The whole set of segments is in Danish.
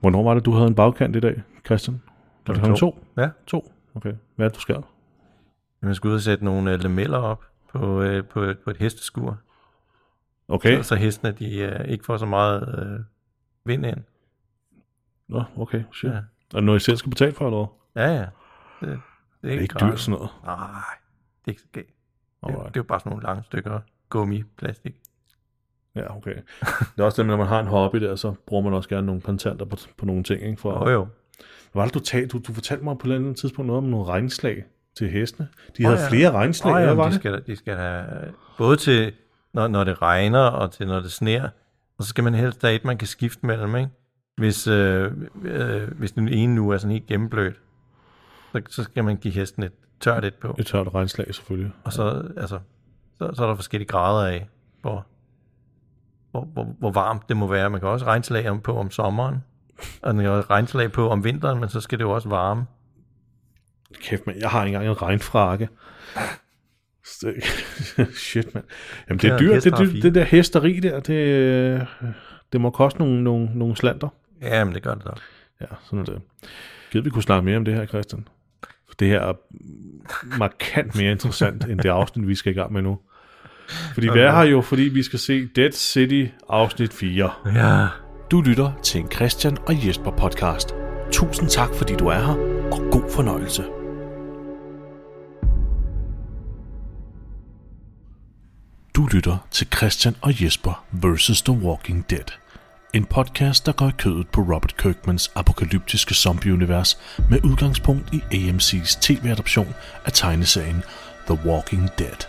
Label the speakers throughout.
Speaker 1: Hvornår var det, du havde en bagkant i dag, Christian? Du
Speaker 2: Klokken
Speaker 1: havde en
Speaker 2: to.
Speaker 1: to?
Speaker 2: Ja.
Speaker 1: To? Okay. Hvad er det, du skal?
Speaker 2: Men jeg skulle ud og sætte nogle øh, lameller op på, øh, på, et- på et hesteskur.
Speaker 1: Okay.
Speaker 2: Så, så hestene de, øh, ikke får så meget øh, vind ind.
Speaker 1: Nå, okay. Shit. Ja.
Speaker 2: Ja.
Speaker 1: Er det noget, I selv skal betale for, eller hvad?
Speaker 2: Ja, ja. Det, det er
Speaker 1: Det er
Speaker 2: ikke,
Speaker 1: ikke
Speaker 2: gratis.
Speaker 1: dyrt sådan noget.
Speaker 2: Nej, det er ikke så galt. Det,
Speaker 1: Alright.
Speaker 2: det er jo bare sådan nogle lange stykker gummi, plastik.
Speaker 1: Ja, okay. Det er også det, når man har en hobby der, så bruger man også gerne nogle kontanter på, på nogle ting. Ikke? For,
Speaker 2: Åh oh, jo.
Speaker 1: Hvad var det, du, tal, du, du fortalte mig på et eller andet tidspunkt noget om nogle regnslag til hestene. De
Speaker 2: Åh,
Speaker 1: havde
Speaker 2: ja.
Speaker 1: flere regnslag,
Speaker 2: Nå,
Speaker 1: oh,
Speaker 2: ja,
Speaker 1: ja,
Speaker 2: men
Speaker 1: var
Speaker 2: de,
Speaker 1: det?
Speaker 2: skal, de skal have, både til, når, når det regner, og til når det sner, og så skal man helst have et, man kan skifte mellem, ikke? Hvis, øh, øh, hvis den ene nu er sådan helt gennemblødt, så, så skal man give hesten et tørt et på.
Speaker 1: Et tørt regnslag, selvfølgelig.
Speaker 2: Og så, altså, så, så er der forskellige grader af, hvor, hvor, hvor, hvor varmt det må være. Man kan også regnslag om, på om sommeren, og man kan også regnslag på om vinteren, men så skal det jo også varme.
Speaker 1: Kæft, mand. Jeg har ikke engang en regnfrakke. Så- Shit, mand. Jamen, det er
Speaker 2: Ja,
Speaker 1: dyrt.
Speaker 2: heste
Speaker 1: Det,
Speaker 2: har
Speaker 1: det,
Speaker 2: fine.
Speaker 1: det der hesteri der, det, øh, det må koste nogle, nogle, nogle slander.
Speaker 2: Ja, men det gør det da.
Speaker 1: Ja, sådan er det. Givet vi kunne snakke mere om det her, Christian. For det her er markant mere interessant, end det afsnit, vi skal i gang med nu. Fordi vi er her jo, fordi vi skal se Dead City afsnit 4.
Speaker 2: Ja.
Speaker 3: Du lytter til en Christian og Jesper podcast. Tusind tak, fordi du er her, og god fornøjelse. Du lytter til Christian og Jesper vs. The Walking Dead. En podcast, der går i kødet på Robert Kirkmans apokalyptiske zombieunivers med udgangspunkt i AMC's tv-adoption af tegneserien The Walking Dead.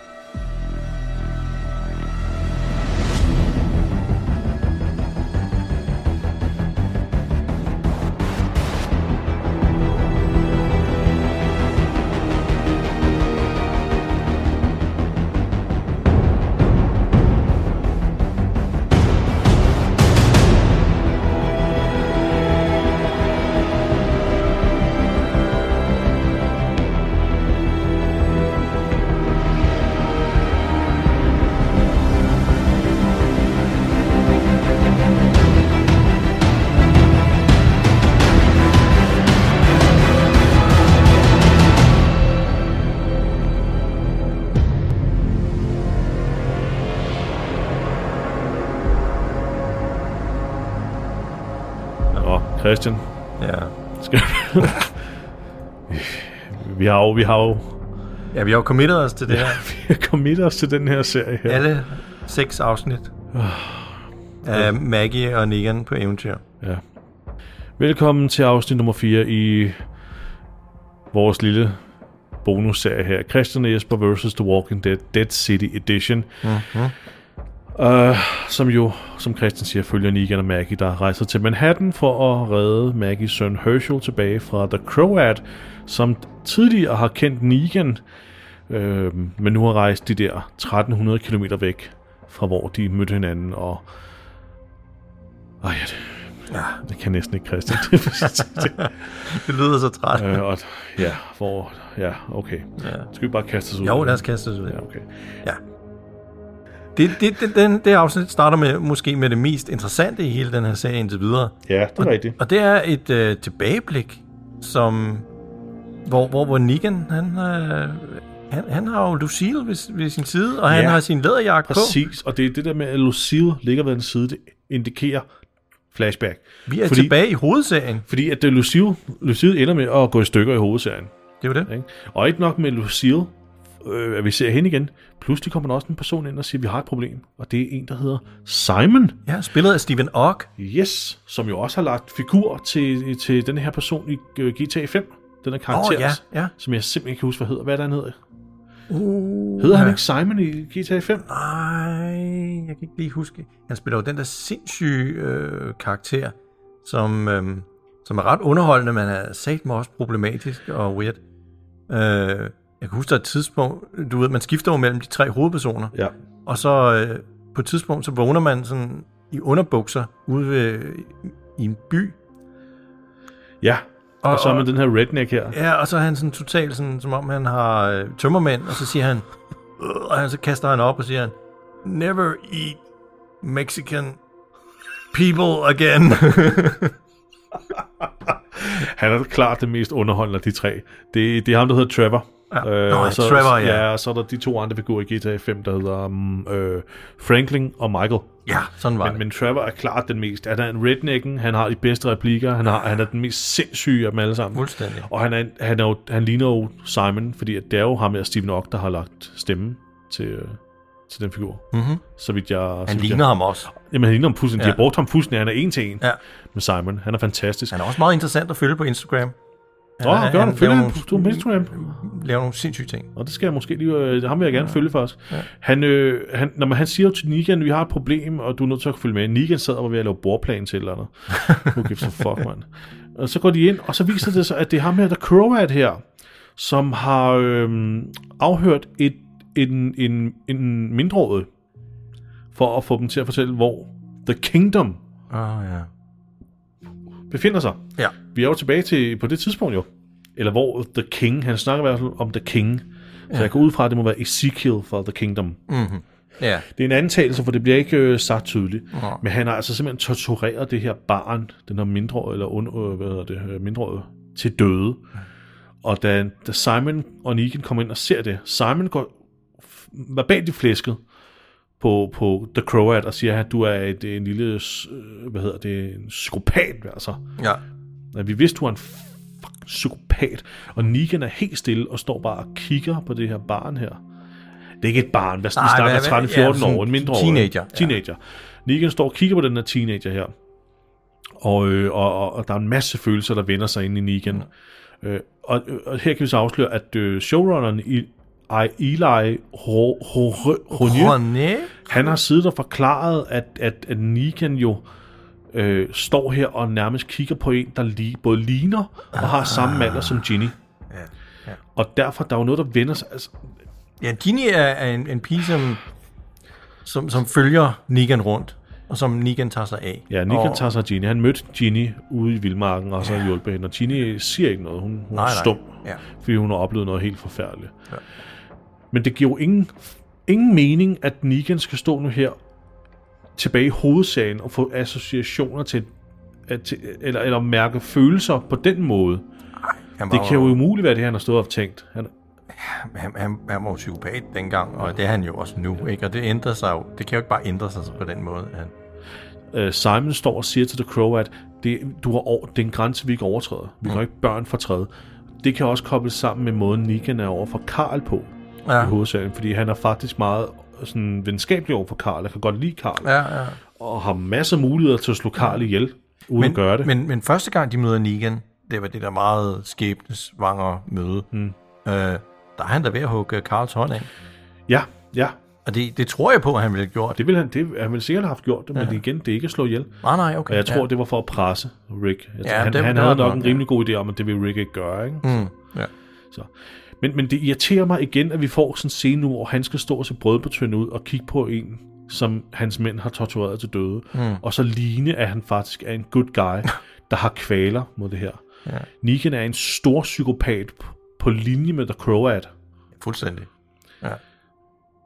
Speaker 1: Nå, Christian,
Speaker 2: Ja.
Speaker 1: skal vi... har jo, vi har jo
Speaker 2: Ja, vi har jo committet os til det her.
Speaker 1: vi har committet os til den her serie her.
Speaker 2: Alle seks afsnit af Maggie og Negan på eventyr.
Speaker 1: Ja. Velkommen til afsnit nummer 4 i vores lille bonusserie her. Christian og Jesper vs. The Walking Dead Dead City Edition. Mm-hmm. Uh, som jo, som Christian siger, følger Negan og Maggie, der rejser til Manhattan for at redde Maggies søn Herschel tilbage fra The Croat, som tidligere har kendt Negan, øh, men nu har rejst de der 1300 km væk fra hvor de mødte hinanden, og ej, ja, det, det kan næsten ikke, Christian. Det er præcis det.
Speaker 2: Det lyder så træt.
Speaker 1: øh, og, ja, hvor... Ja, okay.
Speaker 2: Ja.
Speaker 1: Skal vi bare kaste os ud?
Speaker 2: Jo, lad os kaste os ud.
Speaker 1: Ja, okay.
Speaker 2: Det, det, det, den, det afsnit starter med måske med det mest interessante i hele den her serie indtil videre.
Speaker 1: Ja, det er rigtigt.
Speaker 2: Og det er et øh, tilbageblik, som hvor, hvor, hvor Negan, han, øh, han, han har jo Lucille ved, ved sin side, og han
Speaker 1: Ja.
Speaker 2: har sin læderjakke på.
Speaker 1: Præcis, og det er det der med, at Lucille ligger ved en side, det indikerer flashback.
Speaker 2: Vi er
Speaker 1: fordi,
Speaker 2: fordi... tilbage i hovedserien.
Speaker 1: Fordi at øh, Lucille, Lucille ender med at gå i stykker i hovedserien.
Speaker 2: Det er jo det.
Speaker 1: Ikke? Og ikke nok med Lucille, øh, at vi ser hende igen. Pludselig kommer der også en person ind og siger, at vi har et problem. Og det er en, der hedder Simon.
Speaker 2: Ja, spillet af Stephen Ogg.
Speaker 1: Yes, som jo også har lagt figur til, til den her person i øh, GTA 5. Den her
Speaker 2: Åh,
Speaker 1: karakter,
Speaker 2: ja, ja.
Speaker 1: som jeg simpelthen ikke kan huske, hvad hedder. Hvad er det, han hedder?
Speaker 2: Uh,
Speaker 1: Hedder han ikke Simon i GTA 5?
Speaker 2: Nej, jeg kan ikke lige huske. Han spiller jo den der sindssyge øh, karakter, som, øh, som er ret underholdende, men er satme også problematisk og weird. Øh, jeg kan huske, der er et tidspunkt, du ved, man skifter jo mellem de tre hovedpersoner,
Speaker 1: Ja.
Speaker 2: og så øh, på et tidspunkt, så vågner man sådan i underbukser ude ved, i en by,
Speaker 1: Ja, og, og
Speaker 2: Og-
Speaker 1: så med den her redneck her.
Speaker 2: Ja, og så er han sådan totalt, sådan, som om han har øh, tømmermænd, og så siger han, øh, og han- så kaster han op og siger han, Never eat Mexican people again.
Speaker 1: Han er klart det mest underholdende af de tre. Det, det er ham, der hedder Trevor.
Speaker 2: Ja.
Speaker 1: Øh,
Speaker 2: Nå,
Speaker 1: og så,
Speaker 2: Trevor, ja.
Speaker 1: ja. og så er der de to andre figurer i GTA 5, der hedder um, øh, Franklin og Michael.
Speaker 2: Ja, sådan var
Speaker 1: Men, men Trevor er klart den mest. Han er en rednecken, han har de bedste replikker, han, har, han er den mest sindssyge af dem alle sammen.
Speaker 2: Fuldstændig.
Speaker 1: Og han, er, en- han, er jo, han ligner jo Simon, fordi at det er jo ham og Stephen Ock, der har lagt stemmen til, øh, til den figur.
Speaker 2: Mm-hmm.
Speaker 1: Så vidt jeg... så
Speaker 2: Han
Speaker 1: vidt
Speaker 2: ligner ham også.
Speaker 1: Jeg, jamen, han ligner ham fuldstændig. Ja.
Speaker 2: Ja.
Speaker 1: De har brugt ham fuldstændig. Han er en til en
Speaker 2: Ja.
Speaker 1: med Simon. Han er fantastisk.
Speaker 2: Han er også meget interessant at følge på Instagram.
Speaker 1: Nå, han gør det. Følg
Speaker 2: laver
Speaker 1: ham
Speaker 2: nogle-
Speaker 1: på- på Instagram.
Speaker 2: Laver nogle sindssyge ting.
Speaker 1: Og det skal jeg måske lige... Øh, ham vil jeg gerne ja. følge faktisk. Ja. Han, øh, han, når man, han siger jo til Negan, vi har et problem, og du er nødt til at følge med. Negan sad og var ved at lave bordplan til et eller andet. Who gives a fuck, man. Og så går de ind, og så viser det sig, at det er ham her, der Croat her, som har øh, afhørt et, en, en, en mindreårig, for at få dem til at fortælle, hvor The Kingdom
Speaker 2: Åh, oh, ja.
Speaker 1: befinder sig.
Speaker 2: Ja.
Speaker 1: Vi er jo tilbage til på det tidspunkt jo. Eller hvor The King, han snakker i hvert fald om The King. Så jeg går ud fra, at det må være Ezekiel fra The Kingdom.
Speaker 2: Mm-hmm. Ja.
Speaker 1: Det er en antagelse, for det bliver ikke øh, sagt tydeligt.
Speaker 2: Nå.
Speaker 1: Men han har altså simpelthen tortureret det her barn, den her mindreårige, eller und, øh, hvad hedder det, øh, mindreårige, til døde. Og da, da Simon og Negan kommer ind og ser det, Simon går f- verbalt i flæsket på, på The Croat og siger, at du er et, en lille, s- øh, hvad hedder det, en skopat, altså.
Speaker 2: ja.
Speaker 1: Nej, vi vidste, du var en fucking psykopat. Og Negan er helt stille og står bare og kigger på det her barn her. Det er ikke et barn, hvad
Speaker 2: Nej,
Speaker 1: sådan, vi
Speaker 2: hvad-
Speaker 1: snakker
Speaker 2: hvad- ja,
Speaker 1: 13-14
Speaker 2: sådan
Speaker 1: år, en mindre
Speaker 2: teenager,
Speaker 1: År,
Speaker 2: ja.
Speaker 1: teenager. Negan står og kigger på den her teenager her. Og, øh, og, og, og der er en masse følelser, der vender sig ind i Negan. Øh, og, og her kan vi så afsløre, at øh, showrunneren i, I, Eli Ho- Ho- Ronje,
Speaker 2: René?
Speaker 1: han har siddet og forklaret, at, at, at Negan jo øh, står her og nærmest kigger på en, der lige, både ligner og har samme alder som Ginny.
Speaker 2: Ja.
Speaker 1: Og derfor, der er jo noget, der vender sig. Altså,
Speaker 2: Ja, Ginny er, er en, en pige, som, som, som følger Negan rundt, og som Negan tager sig af.
Speaker 1: ja, Negan
Speaker 2: og,
Speaker 1: tager sig af Ginny. Han mødte Ginny ude i Vildmarken, og så har hjulpet hende. Og Ginny siger ikke noget. Hun, hun
Speaker 2: Nej,
Speaker 1: er
Speaker 2: nej.
Speaker 1: stum,
Speaker 2: Ja.
Speaker 1: fordi hun har oplevet noget helt forfærdeligt. Ja. Men det giver jo ingen, ingen mening, at Negan skal stå nu her tilbage i hovedsagen og få associationer til, at, til eller, eller mærke følelser på den måde.
Speaker 2: Han var,
Speaker 1: Det kan jo umuligt være det, han har stået og tænkt. Han,
Speaker 2: han, han, han var jo psykopat dengang, og det er han jo også nu, ikke? Og det ændrer sig jo. Det kan jo ikke bare ændre sig på den måde. Han,
Speaker 1: øh, Simon står og siger til The Crow, at det, du har over, det er en grænse, vi ikke overtræder. Vi kan ikke børn fortræde. Det kan også kobles sammen med måden, Negan er over for Karl på ja.
Speaker 2: Ja.
Speaker 1: i hovedsagen, fordi han er faktisk meget sådan, venskabelig over for Karl. Jeg kan godt lide Karl, ja.
Speaker 2: ja, ja.
Speaker 1: og har masser af muligheder til at slå Karl ihjel, uden men, at gøre det. Men,
Speaker 2: Men, men første gang, de møder Negan, det var det der meget skæbnesvangre møde. Mm. Øh, der er han der ved at hugge Karls hånd af.
Speaker 1: ja, ja,
Speaker 2: Og det, det tror jeg på, at han ville have gjort.
Speaker 1: det ville han, det, han ville sikkert have haft gjort det, men igen, det er ikke at slå ihjel.
Speaker 2: Nej, nej, okay.
Speaker 1: Og jeg tror,
Speaker 2: ja.
Speaker 1: ja. det var for at presse Rick. Jeg, ja,
Speaker 2: Ja,
Speaker 1: han,
Speaker 2: det-
Speaker 1: han
Speaker 2: det
Speaker 1: havde
Speaker 2: var
Speaker 1: nok
Speaker 2: nok,
Speaker 1: en
Speaker 2: ja.
Speaker 1: rimelig god idé om, at det vil Rick ikke gøre. Ikke?
Speaker 2: Mm. Ja.
Speaker 1: Så. Men, men det irriterer mig igen, at vi får sådan en scene nu, hvor han skal stå og se brødbetønde ud og kigge på en, som hans mænd har tortureret til døde. Mm. Og så ligne, at han faktisk er en good guy, der har kvaler mod det her.
Speaker 2: Ja.
Speaker 1: Negan er en stor psykopat p- på linje med The Croat.
Speaker 2: Fuldstændig. Ja.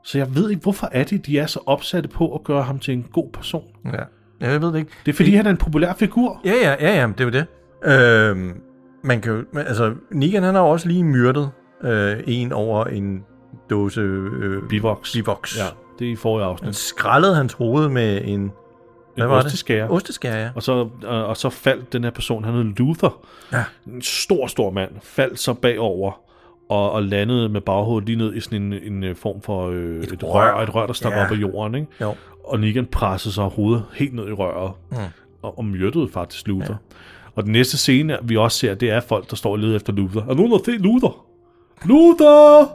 Speaker 1: Så jeg ved ikke, hvorfor er det, de er så opsatte på at gøre ham til en god person.
Speaker 2: ja. Ja, Jeg ved det ikke.
Speaker 1: Det er fordi, han er en populær figur.
Speaker 2: Ja, ja, ja, ja, men det er jo det. Øhm, man kan jo, men altså, Negan han har jo også lige myrdet øh, en over en dåse øh,
Speaker 1: Bivox.
Speaker 2: bivoks.
Speaker 1: Ja, det er i forrige
Speaker 2: Han
Speaker 1: afsnit.
Speaker 2: skrællede hans hoved med en... Hvad var
Speaker 1: osteskære.
Speaker 2: det? Osteskære, ja.
Speaker 1: Og så, øh, og, og så faldt den her person, han hed Luther,
Speaker 2: Ja.
Speaker 1: en stor, stor mand, faldt så bagover og, og landede med baghovedet lige ned i sådan en, en øh, form for øh, et, et, rør.
Speaker 2: rør.
Speaker 1: et rør, der stak
Speaker 2: Ja.
Speaker 1: op af jorden. Ikke?
Speaker 2: Jo.
Speaker 1: Og Negan pressede sig hovedet helt ned i røret mm. og, og myrdede faktisk Luther. Ja. Og den næste scene, vi også ser, det er folk, der står og leder efter Luther. Er nogen, der se Luther? Luther!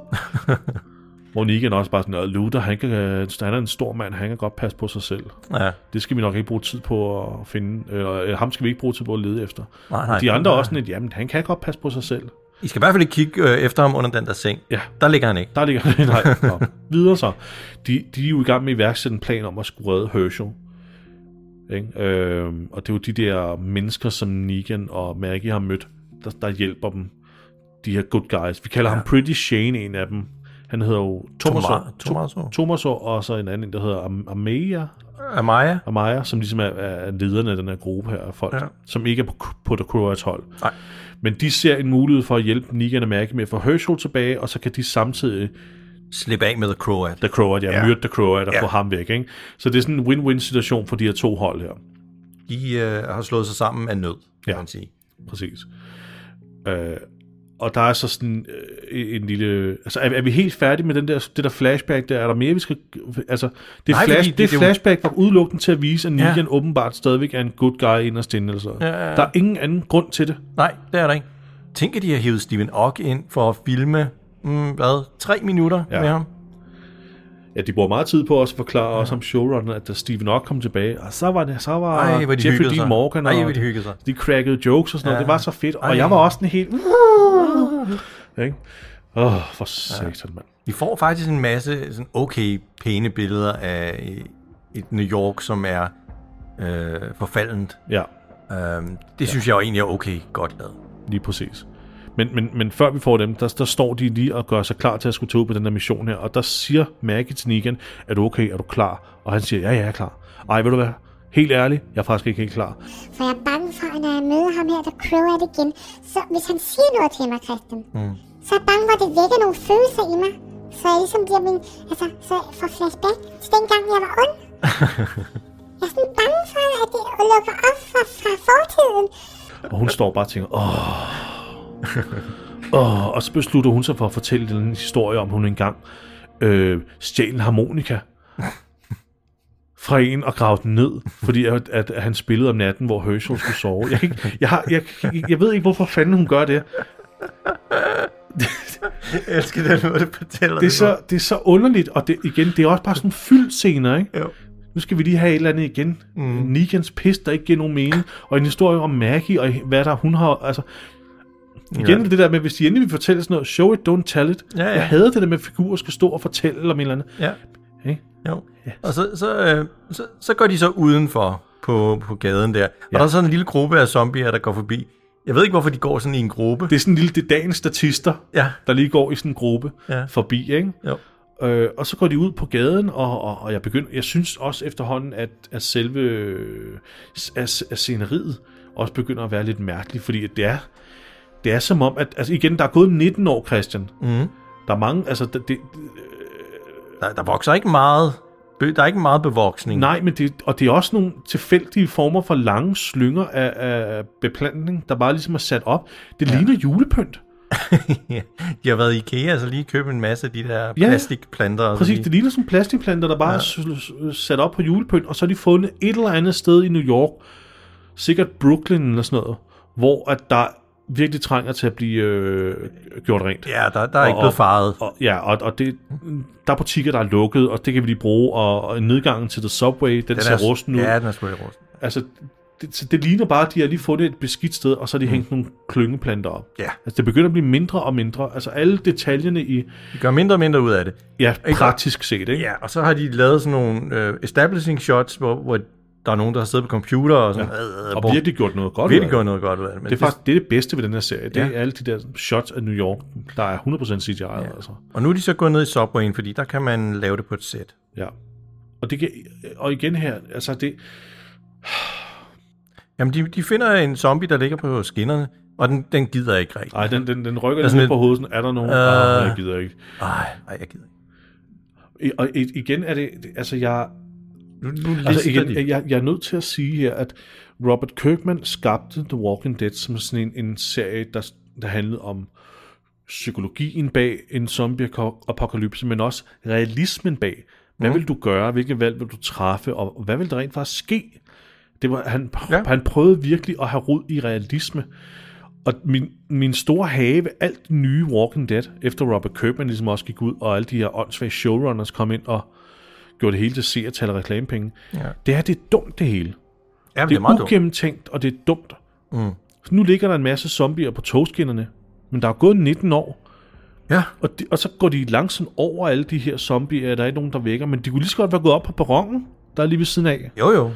Speaker 1: Hvor Negan også bare sådan, "Nå, Luther, han, kan, øh, han er en stor mand, han kan godt passe på sig selv.
Speaker 2: Ja.
Speaker 1: Det skal vi nok ikke bruge tid på at finde, eller øh, ham skal vi ikke bruge tid på at lede efter.
Speaker 2: Nej, nej.
Speaker 1: De andre er også sådan lidt, jamen han kan godt passe på sig selv.
Speaker 2: I skal i hvert fald ikke kigge øh, efter ham under den der seng.
Speaker 1: Ja.
Speaker 2: Der ligger han ikke.
Speaker 1: Der ligger han, nej, nå. videre så. De, de er jo i gang med at iværksætte en plan om at skulle redde Herschel. Ikke? Øhm, og det er jo de der mennesker, som Negan og Maggie har mødt, der, der hjælper dem. De her good guys. Vi kalder ja. ham Pretty Shane, en af dem. Han hedder jo Tomaso,
Speaker 2: Tomaso. Tomaso.
Speaker 1: Tomaso og så en anden, der hedder Am- Amea,
Speaker 2: Amaya?
Speaker 1: Amaya, som ligesom er, er lederne af den her gruppe her af folk, ja.
Speaker 2: Ja.
Speaker 1: som ikke er på, på The Croats hold.
Speaker 2: Nej.
Speaker 1: Men de ser en mulighed for at hjælpe Negan og Maggie med at få Herschel tilbage, og så kan de samtidig
Speaker 2: Slip af med The Croat.
Speaker 1: The Croat, ja, ja.
Speaker 2: Ja.
Speaker 1: myrde The Croat og ja.
Speaker 2: Ja.
Speaker 1: få ham væk. Ikke? Så det er sådan en win-win situation for de her to hold her.
Speaker 2: De øh, har slået sig sammen af nød, kan
Speaker 1: Ja.
Speaker 2: man sige.
Speaker 1: Præcis. Øh, og der er så sådan øh, en lille... Altså, er, er vi helt færdige med den der, det der flashback der? Er der mere, vi skal... Altså, det,
Speaker 2: Nej,
Speaker 1: Nej, flash,
Speaker 2: fordi
Speaker 1: det,
Speaker 2: det-
Speaker 1: det
Speaker 2: det-
Speaker 1: flashback var udelukkende til at vise, at
Speaker 2: Ja.
Speaker 1: Negan ja. åbenbart stadigvæk er en good guy inderst inde. Eller sådan.
Speaker 2: Ja, ja, ja.
Speaker 1: Der er ingen anden grund til det.
Speaker 2: Nej, det er der ikke. Tænk, at de har hivet Steven Ogg ind for at filme, mm, hvad, tre minutter
Speaker 1: Ja.
Speaker 2: ja. med ham?
Speaker 1: Ja, de bruger meget tid på også at forklare ja. os om showrunner, at da Steven Ogg kom tilbage, og så var det, så var
Speaker 2: Ej, hvor de
Speaker 1: Jeffrey
Speaker 2: hyggede
Speaker 1: Dean
Speaker 2: sig.
Speaker 1: Morgan, og
Speaker 2: Ej, hvor de hyggede sig.
Speaker 1: de crackede jokes og sådan ja. noget. Det var så fedt, og
Speaker 2: Ej.
Speaker 1: jeg var også en helt... Ikke? Åh, oh, for satan, mand.
Speaker 2: Vi får faktisk en masse sådan okay pæne billeder af øh, et New York, som er øh, forfaldent.
Speaker 1: Ja.
Speaker 2: Øhm, det ja. synes jeg jo egentlig er okay godt lavet.
Speaker 1: Lige præcis. Men, men, men før vi får dem, der, der står de lige og gør sig klar til at skulle tage ud på den der mission her, og der siger Maggie til Negan, er du okay, er du klar? Og han siger, ja, ja, jeg er klar. Ej, ved du hvad? Helt ærligt, jeg er faktisk ikke helt klar.
Speaker 4: For jeg er bange for, at når jeg møder ham her, der crow er det igen. Så hvis han siger noget til mig, Christian, mm. så er jeg bange for, at det vækker nogle følelser i mig. Så jeg ligesom bliver min, altså, så jeg får flashback til dengang, jeg var ond. jeg er sådan bange for, at det lukker op fra, fra fortiden.
Speaker 1: Og hun står bare og tænker, åh. åh. Og så beslutter hun sig for at fortælle den historie om, hun engang øh, stjal en harmonika fra en og gravede den ned, fordi at, at, at han spillede om natten, hvor Herschel skulle sove. Jeg, kan ikke, jeg, har, jeg, jeg, jeg ved ikke, hvorfor fanden hun gør det.
Speaker 2: Jeg elsker den måde, du fortæller
Speaker 1: det er så, det er så underligt, og det, igen, det er også bare sådan fyldt scener, ikke?
Speaker 2: Jo.
Speaker 1: Nu skal vi lige have et eller andet igen. Mm. Negans pis, der ikke giver nogen mening, og en historie om Maggie, og hvad der hun har, altså... Igen
Speaker 2: Ja.
Speaker 1: det der med, hvis de endelig vil fortælle sådan noget, show it, don't tell it.
Speaker 2: Ja, ja.
Speaker 1: Jeg hader det der med, at figurer skal stå og fortælle om et eller andet.
Speaker 2: Ja.
Speaker 1: Ikke?
Speaker 2: Jo. Og så, så, øh, så, så går de så udenfor på, på gaden der. Og ja. der er sådan en lille gruppe af zombier, der går forbi. Jeg ved ikke, hvorfor de går sådan i en gruppe.
Speaker 1: Det er sådan en lille, det er dagens statister,
Speaker 2: Ja.
Speaker 1: der lige går i sådan en gruppe
Speaker 2: Ja.
Speaker 1: forbi, ikke?
Speaker 2: Jo.
Speaker 1: Øh, og så går de ud på gaden, og, og, og jeg begynder, jeg synes også efterhånden, at, at selve øh, s- at, at sceneriet også begynder at være lidt mærkeligt, fordi at det er, det er som om, at altså igen, der er gået 19 år, Christian. Mm.
Speaker 2: Mhm.
Speaker 1: Der er mange, altså det, det,
Speaker 2: Der, der vokser ikke meget. Der er ikke meget bevoksning.
Speaker 1: nej, men det, og det er også nogle tilfældige former for lange slynger af, af beplantning, der bare ligesom er sat op. Det ja. ligner julepynt.
Speaker 2: Ja, de har været i IKEA, altså lige købe en masse af de der
Speaker 1: ja.
Speaker 2: plastikplanter. og så
Speaker 1: Præcis,
Speaker 2: lige-
Speaker 1: det ligner sådan plastikplanter, der bare ja. er s- s- sat op på julepynt, og så er de fundet et eller andet sted i New York, sikkert Brooklyn eller sådan noget, hvor at der virkelig trænger til at blive øh, gjort rent.
Speaker 2: Ja, der, der er ikke
Speaker 1: Og-
Speaker 2: blevet faret.
Speaker 1: Og, ja, og, og det, der er butikker, der er lukket, og det kan vi lige bruge, og, og nedgangen til The Subway, den, den ser rusten ud.
Speaker 2: Ja, den er sgu lidt rusten.
Speaker 1: Altså, det, så det ligner bare, at de har lige fundet et beskidt sted, og så har de hængt nogle klyngeplanter op.
Speaker 2: Mm. Ja.
Speaker 1: Altså, det begynder at blive mindre og mindre. Altså, alle detaljerne i,
Speaker 2: De gør mindre og mindre ud af det.
Speaker 1: ja,
Speaker 2: Ikke?
Speaker 1: praktisk set, ikke?
Speaker 2: Ja, og så har de lavet sådan nogle øh, establishing shots, hvor, hvor der er nogen, der har siddet på computer og sådan. Ja. Øh,
Speaker 1: Og virkelig gjort noget godt. ud af
Speaker 2: virkelig
Speaker 1: det.
Speaker 2: gjort noget godt ud af det. Men
Speaker 1: Det er faktisk det, er det bedste ved den her serie. Det
Speaker 2: Ja.
Speaker 1: er alle de der shots af New York, der er 100% CGI. Ja. Altså.
Speaker 2: Og nu er de så gået ned i Subwayen, fordi der kan man lave det på et sæt.
Speaker 1: Ja. Og, det kan, og igen her, altså det,
Speaker 2: Jamen, de, de finder en zombie, der ligger på skinnerne, og den, den gider ikke rigtigt.
Speaker 1: ej, den, den, den rykker altså,
Speaker 2: Altså
Speaker 1: lidt
Speaker 2: lidt-
Speaker 1: på hovedet, sådan, er der nogen? Øh.
Speaker 2: Øh.
Speaker 1: Oh, jeg gider ikke.
Speaker 2: Ej, ej, jeg gider ikke.
Speaker 1: I- Og i- igen er det, det- altså jeg,
Speaker 2: Nu, nu
Speaker 1: altså
Speaker 2: lister
Speaker 1: igen,
Speaker 2: de.
Speaker 1: jeg, jeg er nødt til at sige her, at Robert Kirkman skabte The Walking Dead som sådan en, en serie, der, der handlede om psykologien bag en zombie-apokalypse, men også realismen bag. Hvad vil du gøre? Hvilke valg vil du træffe? Og hvad vil der rent faktisk ske? Det var, han, ja.
Speaker 2: Ja.
Speaker 1: han prøvede virkelig at have rod i realisme. Og min, min store have, ved alt det nye Walking Dead, efter Robert Kirkman ligesom også gik ud, og alle de her åndssvage showrunners kom ind og gjorde det hele til seertal og reklamepenge, ja. det her, det er dumt det hele.
Speaker 2: Ja, men
Speaker 1: Det
Speaker 2: det er meget
Speaker 1: er
Speaker 2: dumt.
Speaker 1: ugennemtænkt, og det er dumt. Mm. Så nu ligger der en masse zombier på togskinnerne, men der er gået 19 år,
Speaker 2: Ja,
Speaker 1: og, de, og så går de langsomt over alle de her zombier, der er ikke nogen, der vækker, men de kunne lige så godt være gået op på perronen, der er lige ved siden af.
Speaker 2: jo jo.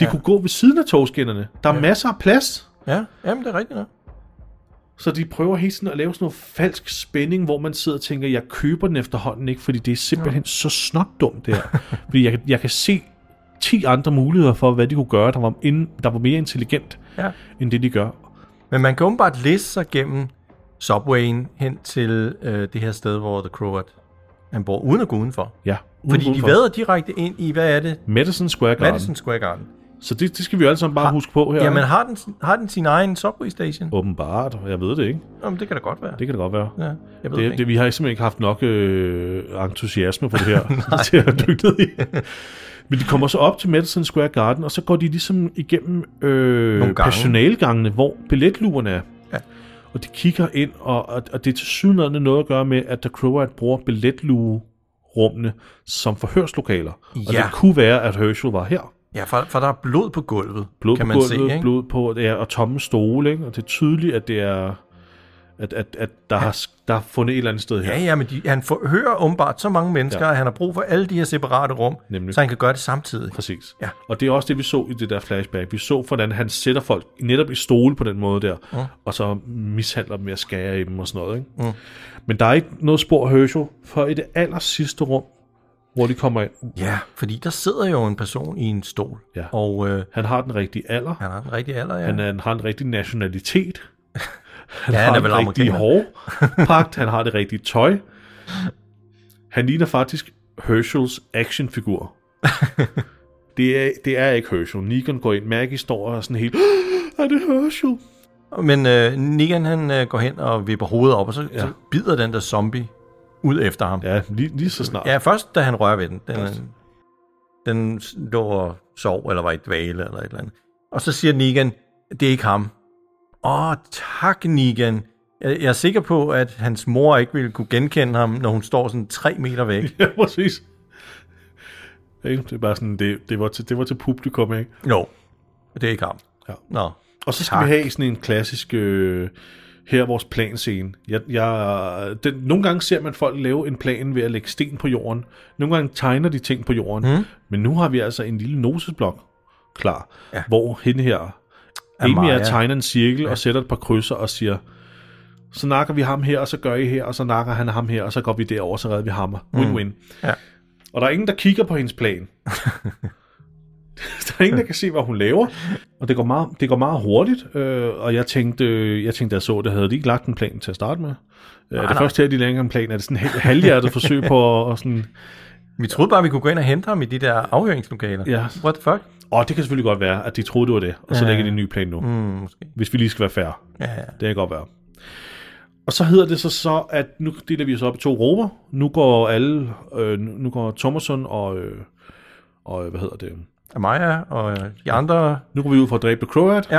Speaker 1: De ja. kunne gå ved siden af togskinnerne. Der er ja. masser af plads.
Speaker 2: Ja, jamen, det er rigtigt nok.
Speaker 1: Så de prøver hele tiden at lave sådan noget falsk spænding, hvor man sidder og tænker, jeg køber den efterhånden ikke, fordi det er simpelthen ja. så snotdumt det her. fordi jeg, kan- jeg kan se 10 andre muligheder for, hvad de kunne gøre, der var, inden, der var mere intelligent,
Speaker 2: Ja.
Speaker 1: end det de gør.
Speaker 2: Men man kan åbenbart læse sig gennem subwayen hen til øh, det her sted, hvor The Croat han bor, uden at gå udenfor.
Speaker 1: Ja, uden
Speaker 2: Fordi de
Speaker 1: udenfor.
Speaker 2: vader direkte ind i, hvad er det?
Speaker 1: Madison Square Garden.
Speaker 2: Madison Square Garden.
Speaker 1: Så det, det skal vi jo alle sammen bare har, huske på her.
Speaker 2: Jamen,
Speaker 1: ikke?
Speaker 2: har den, har den sin egen subway station?
Speaker 1: Åbenbart, jeg ved det ikke.
Speaker 2: Jamen, det kan da godt være.
Speaker 1: Det kan det godt være.
Speaker 2: Ja, jeg ved det,
Speaker 1: Det,
Speaker 2: ikke.
Speaker 1: det, vi har simpelthen ikke haft nok øh, entusiasme på det her, til at dykke ned i. Men de kommer så op til Madison Square Garden, og så går de ligesom igennem øh,
Speaker 2: Nogle gange.
Speaker 1: personalgangene, hvor billetlugerne er.
Speaker 2: Ja.
Speaker 1: Og de kigger ind, og, og, og det er til synligheden noget at gøre med, at The Croat bruger billetlugerummene som forhørslokaler. Og
Speaker 2: Ja.
Speaker 1: det kunne være, at Herschel var her.
Speaker 2: Ja, for, for der er blod på gulvet,
Speaker 1: Blod
Speaker 2: kan
Speaker 1: på
Speaker 2: man
Speaker 1: gulvet,
Speaker 2: se, ikke?
Speaker 1: blod på, ja, og tomme stole, ikke? og det er tydeligt, at det er, at, at, at der, ja. har, der er fundet et eller andet sted her.
Speaker 2: Ja, ja, men de, han forhører åbenbart så mange mennesker,
Speaker 1: Ja.
Speaker 2: ja. at han har brug for alle de her separate rum,
Speaker 1: Nemlig.
Speaker 2: så han kan gøre det samtidig.
Speaker 1: Præcis.
Speaker 2: Ja.
Speaker 1: Og det er også det, vi så i det der flashback. Vi så, hvordan han sætter folk netop i stole på den måde der, mm. og så mishandler dem med at skære i dem og sådan noget. Ikke? Mm. Men der er ikke noget spor af Herschel, for i det aller sidste rum, hvor de kommer ind,
Speaker 2: Ja, fordi der sidder jo en person i en stol,
Speaker 1: Ja.
Speaker 2: og øh,
Speaker 1: han har den rigtige alder,
Speaker 2: han har den rigtige alder, ja.
Speaker 1: han, er, han har den rigtige nationalitet, han
Speaker 2: Ja, han
Speaker 1: har
Speaker 2: er
Speaker 1: den
Speaker 2: vel
Speaker 1: rigtige hårpagt, han har det rigtige tøj. Han ligner faktisk Herschels actionfigur. det, er, det er ikke Herschel. Negan går ind, Maggie står og er sådan helt, er det Herschel?
Speaker 2: Men øh, Negan, han øh, går hen og vipper hovedet op, og så, ja. så bider den der zombie ud efter ham. Ja,
Speaker 1: Ja, lige, lige så snart.
Speaker 2: ja først da han rører ved den. Den, den lå og sov, eller var i dvale, eller et eller andet. Og så siger Negan, det er ikke ham. Åh, tak Negan. Jeg, jeg er sikker på, at hans mor ikke ville kunne genkende ham, når hun står sådan tre meter væk.
Speaker 1: ja præcis. Ikke? Det er bare sådan, det, det, var til, det var til publikum, ikke?
Speaker 2: Jo, det er ikke ham.
Speaker 1: Ja.
Speaker 2: Nå.
Speaker 1: Og så skal tak.
Speaker 2: Tak.
Speaker 1: vi have sådan en klassisk, øh, her er vores planscene. Jeg, jeg, den, nogle gange ser man folk lave en plan ved at lægge sten på jorden. Nogle gange tegner de ting på jorden. Mm. Men nu har vi altså en lille notesblok klar, ja. hvor hende her, Amy
Speaker 2: Amaya.
Speaker 1: er tegner en cirkel ja. og sætter et par krydser og siger, så nakker vi ham her, og så gør I her, og så nakker han ham her, og så går vi derover, og så redder vi ham. Win-win. Mm.
Speaker 2: Ja.
Speaker 1: Og der er ingen, der kigger på hendes plan. der er ingen, der kan se, hvad hun laver. Og det går meget, det går meget hurtigt. Øh, og jeg tænkte, øh, jeg tænkte, da jeg så det, havde de ikke lagt en plan til at starte med. Øh, det
Speaker 2: nej.
Speaker 1: første her, de lægger en plan, er det sådan et halvhjertet forsøg på at- at sådan...
Speaker 2: Vi troede bare, vi kunne gå ind og hente ham i de der afhøringslokaler.
Speaker 1: Ja.
Speaker 2: What the fuck?
Speaker 1: Åh, det kan selvfølgelig godt være, at de troede, det var det, og så lægger de en ny plan nu.
Speaker 2: Mm, måske.
Speaker 1: Hvis vi lige skal være færre.
Speaker 2: Ja, ja.
Speaker 1: Det kan godt være. Og så hedder det så så, at nu deler vi os op i to grupper. Nu går alle, øh, nu nu går Thomason og, øh, og, øh, hvad hedder det,
Speaker 2: Amaya og øh, de andre
Speaker 1: Nu går vi ud for at dræbe The Croat.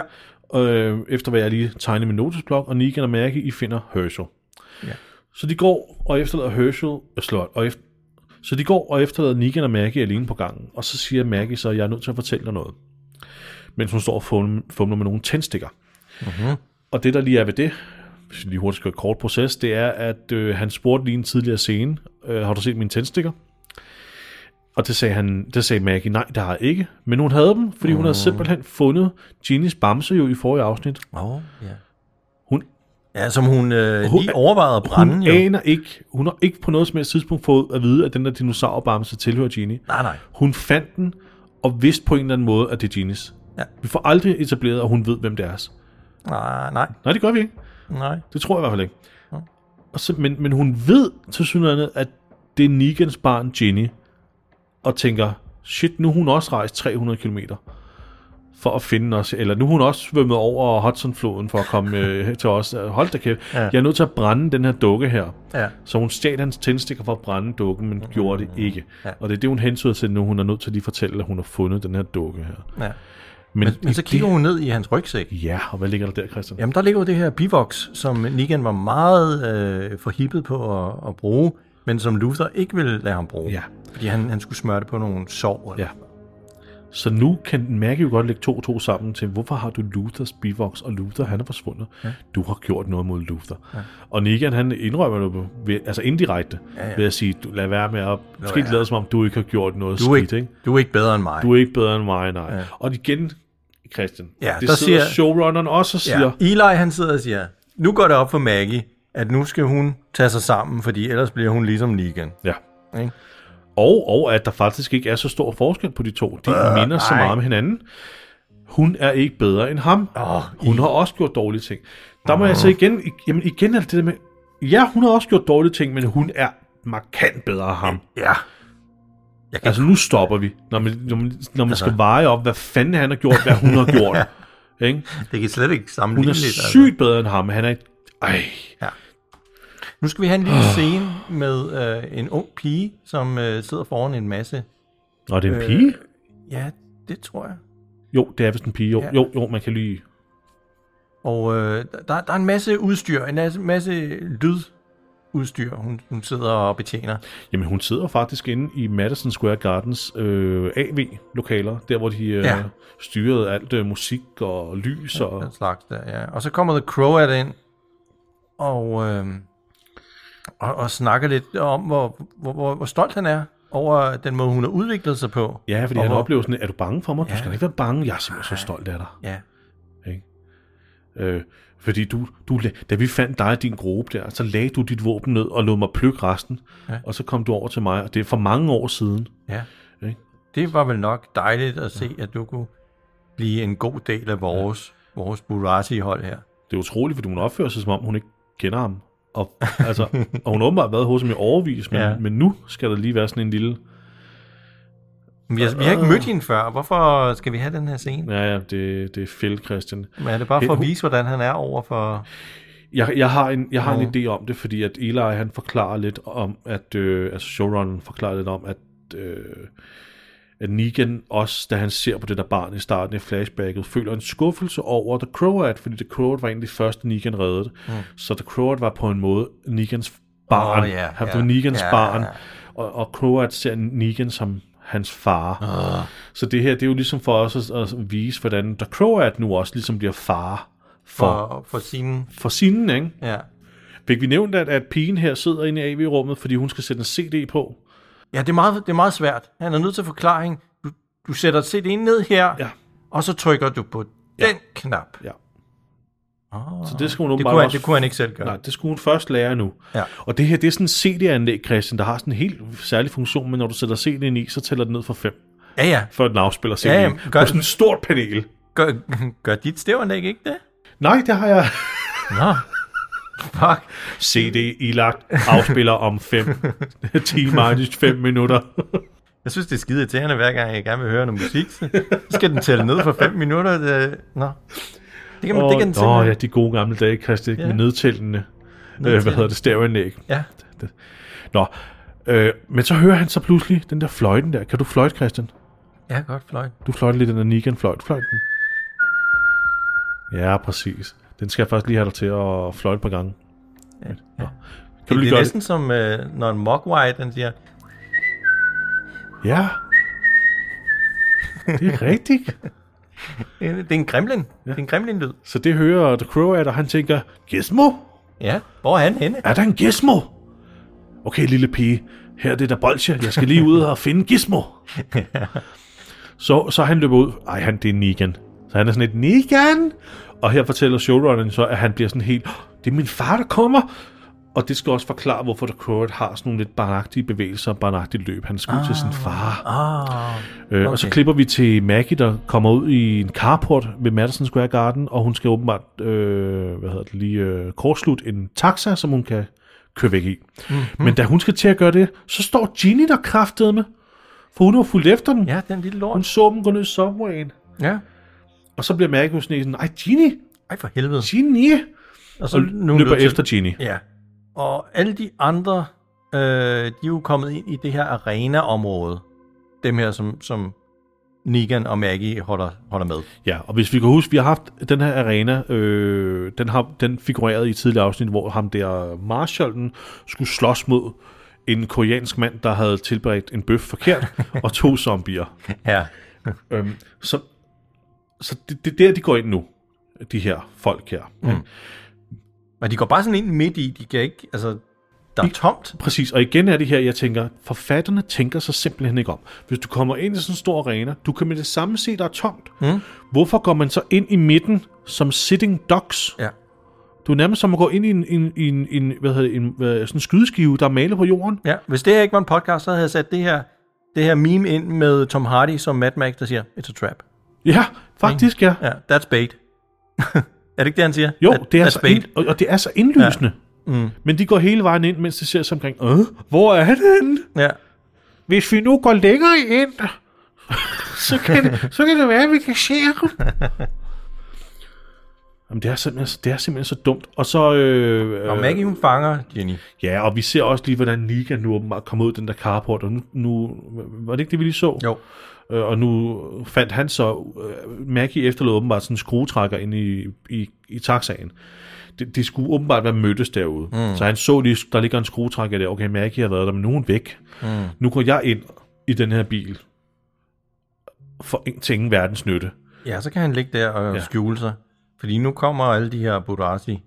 Speaker 2: Ja.
Speaker 1: Øh, efter hvad jeg lige tegner min notesblok, og Negan og Mærke, I finder Herschel.
Speaker 2: Ja.
Speaker 1: Så de går og efterlader Herschel og slot, og efter, så de går og efterlader Negan og Mærke alene på gangen, og så siger Mærke så, jeg er nødt til at fortælle dig noget. Mens hun står og fum- fumler med nogle tændstikker. Mm-hmm. Og det, der lige er ved det, hvis vi lige hurtigt skal have kort proces, det er, at øh, han spurgte lige en tidligere scene, øh, har du set mine tændstikker? Og det sagde, han, det sagde Maggie, nej, det har jeg ikke. Men hun havde dem, fordi mm. hun havde simpelthen fundet Genies bamse jo i forrige afsnit.
Speaker 2: Oh, ja.
Speaker 1: Hun,
Speaker 2: ja, som hun øh,
Speaker 1: Hun-
Speaker 2: lige overvejede at brænde.
Speaker 1: hun
Speaker 2: jo.
Speaker 1: aner ikke, hun har ikke på noget som helst tidspunkt fået at vide, at den der dinosaurbamse tilhører Genie.
Speaker 2: Nej, nej.
Speaker 1: Hun fandt den, og vidste på en eller anden måde, at det er Genies.
Speaker 2: Ja.
Speaker 1: Vi får aldrig etableret, at hun ved, hvem det er.
Speaker 2: Nej, nej,
Speaker 1: Nej, det gør vi ikke.
Speaker 2: nej.
Speaker 1: Det tror jeg i hvert fald ikke. Og så, men, men hun ved til synligheden, at det er Negans barn, Jenny, og tænker, shit, nu er hun også rejst 300 km for at finde os, eller nu er hun også svømmet over Hudsonfloden for at komme øh, til os. Hold da kæft, ja.
Speaker 2: Ja.
Speaker 1: jeg er nødt til at brænde den her dukke her.
Speaker 2: Ja.
Speaker 1: Så hun stjal hans tændstikker for at brænde dukken, men gjorde det ikke.
Speaker 2: Mhm. Ja.
Speaker 1: Og det er det, hun hensyder til nu. Hun er nødt til at lige fortælle, at hun har fundet den her dukke her.
Speaker 2: ja.
Speaker 1: Men,
Speaker 2: Men, men så
Speaker 1: i
Speaker 2: kigger
Speaker 1: det...
Speaker 2: hun ned i hans rygsæk.
Speaker 1: Ja, og hvad ligger der der, Christian?
Speaker 2: Jamen, der ligger jo det her bivox, som Negan var meget øh, forhippet på at, at bruge, men som Luther ikke ville lade ham bruge.
Speaker 1: Ja.
Speaker 2: Fordi han, han skulle smøre det på nogle sår. Eller?
Speaker 1: Ja. Så nu kan Maggie jo godt lægge to og to sammen til, hvorfor har du Luthers bivox, og Luther han er forsvundet. Ja. Du har gjort noget mod Luther. Ja. Og Negan han indrømmer det, på- ved, altså indirekte, ja, ja. ved at sige, du, lad være med at, måske ikke lade som om, du ikke har gjort noget
Speaker 2: Du, er
Speaker 1: skidt,
Speaker 2: ikke,
Speaker 1: ikke?
Speaker 2: du er ikke bedre end mig.
Speaker 1: Du er ikke bedre end mig, nej. Ja. Og igen, Christian,
Speaker 2: Ja,
Speaker 1: det
Speaker 2: der
Speaker 1: sidder
Speaker 2: siger-
Speaker 1: showrunneren også og siger,
Speaker 2: ja. Eli, han sidder og siger, nu går det op for Maggie, at nu skal hun tage sig sammen, fordi ellers bliver hun ligesom Negan.
Speaker 1: Ja.
Speaker 2: Ikke?
Speaker 1: Og, og at der faktisk ikke er så stor forskel på de to. De øh, minder så
Speaker 2: nej.
Speaker 1: meget om hinanden. Hun er ikke bedre end ham.
Speaker 2: Åh,
Speaker 1: Hun har også gjort dårlige ting. Der må jeg så igen, i- jamen igen er det det der med, ja, hun har også gjort dårlige ting, men hun er markant bedre end ham.
Speaker 2: Ja.
Speaker 1: Altså nu stopper vi, når man, når man, når man skal veje op, hvad fanden han har gjort, hvad hun har gjort. Ikke?
Speaker 2: Det kan slet ikke
Speaker 1: Hun er
Speaker 2: sammenlignes. altså.
Speaker 1: sygt bedre end ham. Han er... Ej.
Speaker 2: Nu skal vi have en lille scene med øh, en ung pige, som øh, sidder foran en masse.
Speaker 1: Nå, det er en pige?
Speaker 2: Ja, det tror jeg.
Speaker 1: Øh, Jo, det er vist en pige. Jo,
Speaker 2: Ja.
Speaker 1: jo, jo man kan lige...
Speaker 2: Og øh, der, der er en masse udstyr, en masse, masse lydudstyr, hun, hun sidder og betjener.
Speaker 1: Jamen, hun sidder faktisk inde i Madison Square Gardens øh, AV-lokaler, der hvor de øh,
Speaker 2: Ja.
Speaker 1: ja. styrede alt øh, musik og lys og...
Speaker 2: Den slags der, ja. Og så kommer The Croat ind og, øh, og, og snakker lidt om, hvor, hvor, hvor, hvor stolt han er over den måde, hun har udviklet sig på.
Speaker 1: Ja, fordi
Speaker 2: og
Speaker 1: han
Speaker 2: hvor-
Speaker 1: oplever sådan, er du bange for mig? Ja.
Speaker 2: Ja.
Speaker 1: Du skal da ikke være bange. Jeg er simpelthen så stolt af dig.
Speaker 2: Ja,
Speaker 1: Øh, fordi du, du, la- da vi fandt dig i din gruppe der, så lagde du dit våben ned og lod mig plukke resten.
Speaker 2: Ja.
Speaker 1: Ja. Og så kom du over til mig, og det er for mange år siden.
Speaker 2: ja.
Speaker 1: Ikke?
Speaker 2: Det var vel nok dejligt at se, at du kunne blive en god del af vores, vores Burati-hold her.
Speaker 1: Det er utroligt, fordi hun opfører sig, som om hun ikke kender ham. Og, altså, og hun har åbenbart været hos ham i overvis, men,
Speaker 2: Ja.
Speaker 1: ja. men nu skal der lige være sådan en lille...
Speaker 2: Men Vi har, vi har
Speaker 1: Øh.
Speaker 2: ikke mødt hende før. Hvorfor skal vi have den her scene?
Speaker 1: Ja, ja, det, det er fæld, Christian.
Speaker 2: Men er det bare for at
Speaker 1: Hun-
Speaker 2: vise, hvordan han er over for...
Speaker 1: Jeg, jeg har en, jeg har en
Speaker 2: Nå.
Speaker 1: idé om det, fordi at Eli han forklarer lidt om, at øh, altså showrunneren forklarer lidt om, at, øh, at Negan også, da han ser på det der barn i starten af flashbacket, føler en skuffelse over The Croat, fordi The Croat var egentlig først Negan reddede. Mm. Så The Croat var på en måde Negans barn.
Speaker 2: Åh, ja,
Speaker 1: han
Speaker 2: ja,
Speaker 1: blev Negans
Speaker 2: ja,
Speaker 1: barn,
Speaker 2: ja.
Speaker 1: og, og Croat ser Negan som hans far.
Speaker 2: Ah.
Speaker 1: Så det her, det er jo ligesom for os at, at vise, hvordan The Croat nu også ligesom bliver far for, for,
Speaker 2: For, for sine...
Speaker 1: for sine, ikke?
Speaker 2: Ja.
Speaker 1: Fik vi nævnt, at, at pigen her sidder inde i AV-rummet, fordi hun skal sætte en CD på?
Speaker 2: ja, det er, meget, det er meget svært. Han er nødt til forklaring. Du, du sætter CD'en ned her,
Speaker 1: Ja.
Speaker 2: og så trykker du på den knap.
Speaker 1: Ja.
Speaker 2: Oh.
Speaker 1: Så det skal hun
Speaker 2: Det
Speaker 1: åbenbart
Speaker 2: kunne, han,
Speaker 1: også...
Speaker 2: det kunne han ikke selv gøre.
Speaker 1: Nej, det skulle hun først lære nu.
Speaker 2: Ja.
Speaker 1: Og det her, det er sådan en CD-anlæg, Christian, der har sådan en helt særlig funktion, men når du sætter CD'en i, så tæller den ned fra 5,
Speaker 2: Ja, ja.
Speaker 1: før den afspiller CD'en.
Speaker 2: Ja, jamen, gør
Speaker 1: på
Speaker 2: det.
Speaker 1: sådan et stort panel.
Speaker 2: Gør, gør dit stævanlæg ikke det?
Speaker 1: Nej, det har jeg.
Speaker 2: Nå. Fuck.
Speaker 1: CD ilagt afspiller om 5. 10 minus 5 minutter.
Speaker 2: Jeg synes, det er skide irriterende, hver gang jeg gerne vil høre noget musik. Så skal den tælle ned for 5 minutter. Det, nå. Det kan, man, det kan den
Speaker 1: Åh, Nå, ja,
Speaker 2: simpelthen.
Speaker 1: de gode gamle dage, Christian,
Speaker 2: Ja.
Speaker 1: ja. med nedtællende, øh, hvad
Speaker 2: Nedtællende.
Speaker 1: hedder det, stereoanlæg.
Speaker 2: ja.
Speaker 1: Nå, øh, men så hører han så pludselig den der fløjten der. Kan du fløjte, Christian?
Speaker 2: Ja, godt, fløjt.
Speaker 1: Du fløjte lidt den der Negan fløjt. Fløjt den. Ja, præcis. Den skal jeg faktisk lige have dig til at fløjte på gange.
Speaker 2: Ja.
Speaker 1: Nå. Kan
Speaker 2: Det,
Speaker 1: du
Speaker 2: det
Speaker 1: lige
Speaker 2: er
Speaker 1: gøre
Speaker 2: næsten som, øh, når en mogwai, den siger,
Speaker 1: det? Ja. Det er rigtigt.
Speaker 2: det er- "Øh, det er en gremlin. Ja. Det er en gremlin-lyd.
Speaker 1: Så det hører The Crow at, og han tænker, Gizmo?
Speaker 2: Ja, hvor er han henne?
Speaker 1: Er der en Gizmo? Okay, lille pige. Her er det der bolsje. Jeg skal lige ud og finde Gizmo. Så, så han løber ud. Ej, han, det er Negan. Så han er sådan et Negan. Og her fortæller showrunneren så, at han bliver sådan helt, "Åh, det er min far, der kommer. Og det skal også forklare, hvorfor The Croat har sådan nogle lidt barnagtige bevægelser og barnagtigt løb. Han skal ud til sin far.
Speaker 2: Ah,
Speaker 1: Øh, Og så
Speaker 2: okay.
Speaker 1: klipper vi til Maggie, der kommer ud i en carport ved Madison Square Garden, og hun skal åbenbart øh, hvad hedder det, lige øh, kortslutte en taxa, som hun kan køre væk i.
Speaker 2: Mhm.
Speaker 1: Mm-hmm. Men da hun skal til at gøre det, så står Ginny der kraftede med, for hun har fulgt efter dem.
Speaker 2: ja, den lille
Speaker 1: Hun
Speaker 2: lort.
Speaker 1: så dem gå ned i subwayen.
Speaker 2: Ja.
Speaker 1: Og så bliver Maggie jo sådan, en sådan, ej Ginny,
Speaker 2: Ej, for helvede.
Speaker 1: Ginny,
Speaker 2: Og så
Speaker 1: og
Speaker 2: nu er
Speaker 1: løber
Speaker 2: det til-
Speaker 1: efter Ginny.
Speaker 2: Ja. Og alle de andre, øh, de er jo kommet ind i det her arena-område. Dem her, som, som Negan og Maggie holder, holder med.
Speaker 1: Ja, og hvis vi kan huske, vi har haft den her arena, øh, den, har, den figurerede i et tidligere afsnit, hvor ham der Marshallen skulle slås mod en koreansk mand, der havde tilberedt en bøf forkert, og to zombier.
Speaker 2: Ja.
Speaker 1: Øhm, så så det, det er der, de går ind nu, de her folk her. Mm.
Speaker 2: Men de går bare sådan ind midt i, de kan ikke, altså, der er tomt.
Speaker 1: Præcis, og igen er det her, jeg tænker, forfatterne tænker sig simpelthen ikke om. Hvis du kommer ind i sådan en stor arena, du kan med det samme se, der er tomt. Mm. Hvorfor går man så ind i midten som sitting ducks?
Speaker 2: Ja.
Speaker 1: Du er nærmest som at gå ind i en, en, en, en, hvad hedder det, en hvad, sådan en skydeskive, der er malet på jorden.
Speaker 2: Ja, hvis det her ikke var en podcast, så havde jeg sat det her, det her meme ind med Tom Hardy som Mad Max, der siger, it's a trap.
Speaker 1: Ja, faktisk ja.
Speaker 2: Ja, that's bait. er det ikke det, han siger?
Speaker 1: Jo,
Speaker 2: That-
Speaker 1: det er altså
Speaker 2: that's
Speaker 1: så ind, og, og det er så indlysende. Ja. Mm. Men de går hele vejen ind, mens de ser sig omkring, øh, hvor er han henne?
Speaker 2: Ja,
Speaker 1: Hvis vi nu går længere ind, så kan, det, så kan det være, at vi kan se ham. Jamen, det er, simpelthen, så- det er simpelthen så dumt. Og så... Øh,
Speaker 2: og
Speaker 1: øh,
Speaker 2: Maggie, hun fanger Jenny.
Speaker 1: ja, og vi ser også lige, hvordan Nika nu åbenbart kom ud af den der carport. Og nu, nu, var det ikke det, vi lige så?
Speaker 2: Jo.
Speaker 1: Øh, og nu fandt han så... Øh, Maggie efterlod åbenbart sådan en skruetrækker inde i, i, i taxaen. De, de skulle åbenbart være mødtes derude. Mm. Så han så lige, der ligger en skruetrækker der. Okay, Maggie har været der, men nu er hun væk. Mm. Nu går jeg ind i den her bil. For ingen- til ingen verdens nytte.
Speaker 2: Ja, så kan han ligge der og
Speaker 1: Ja.
Speaker 2: ja. skjule sig. Fordi nu kommer alle de her Budrazi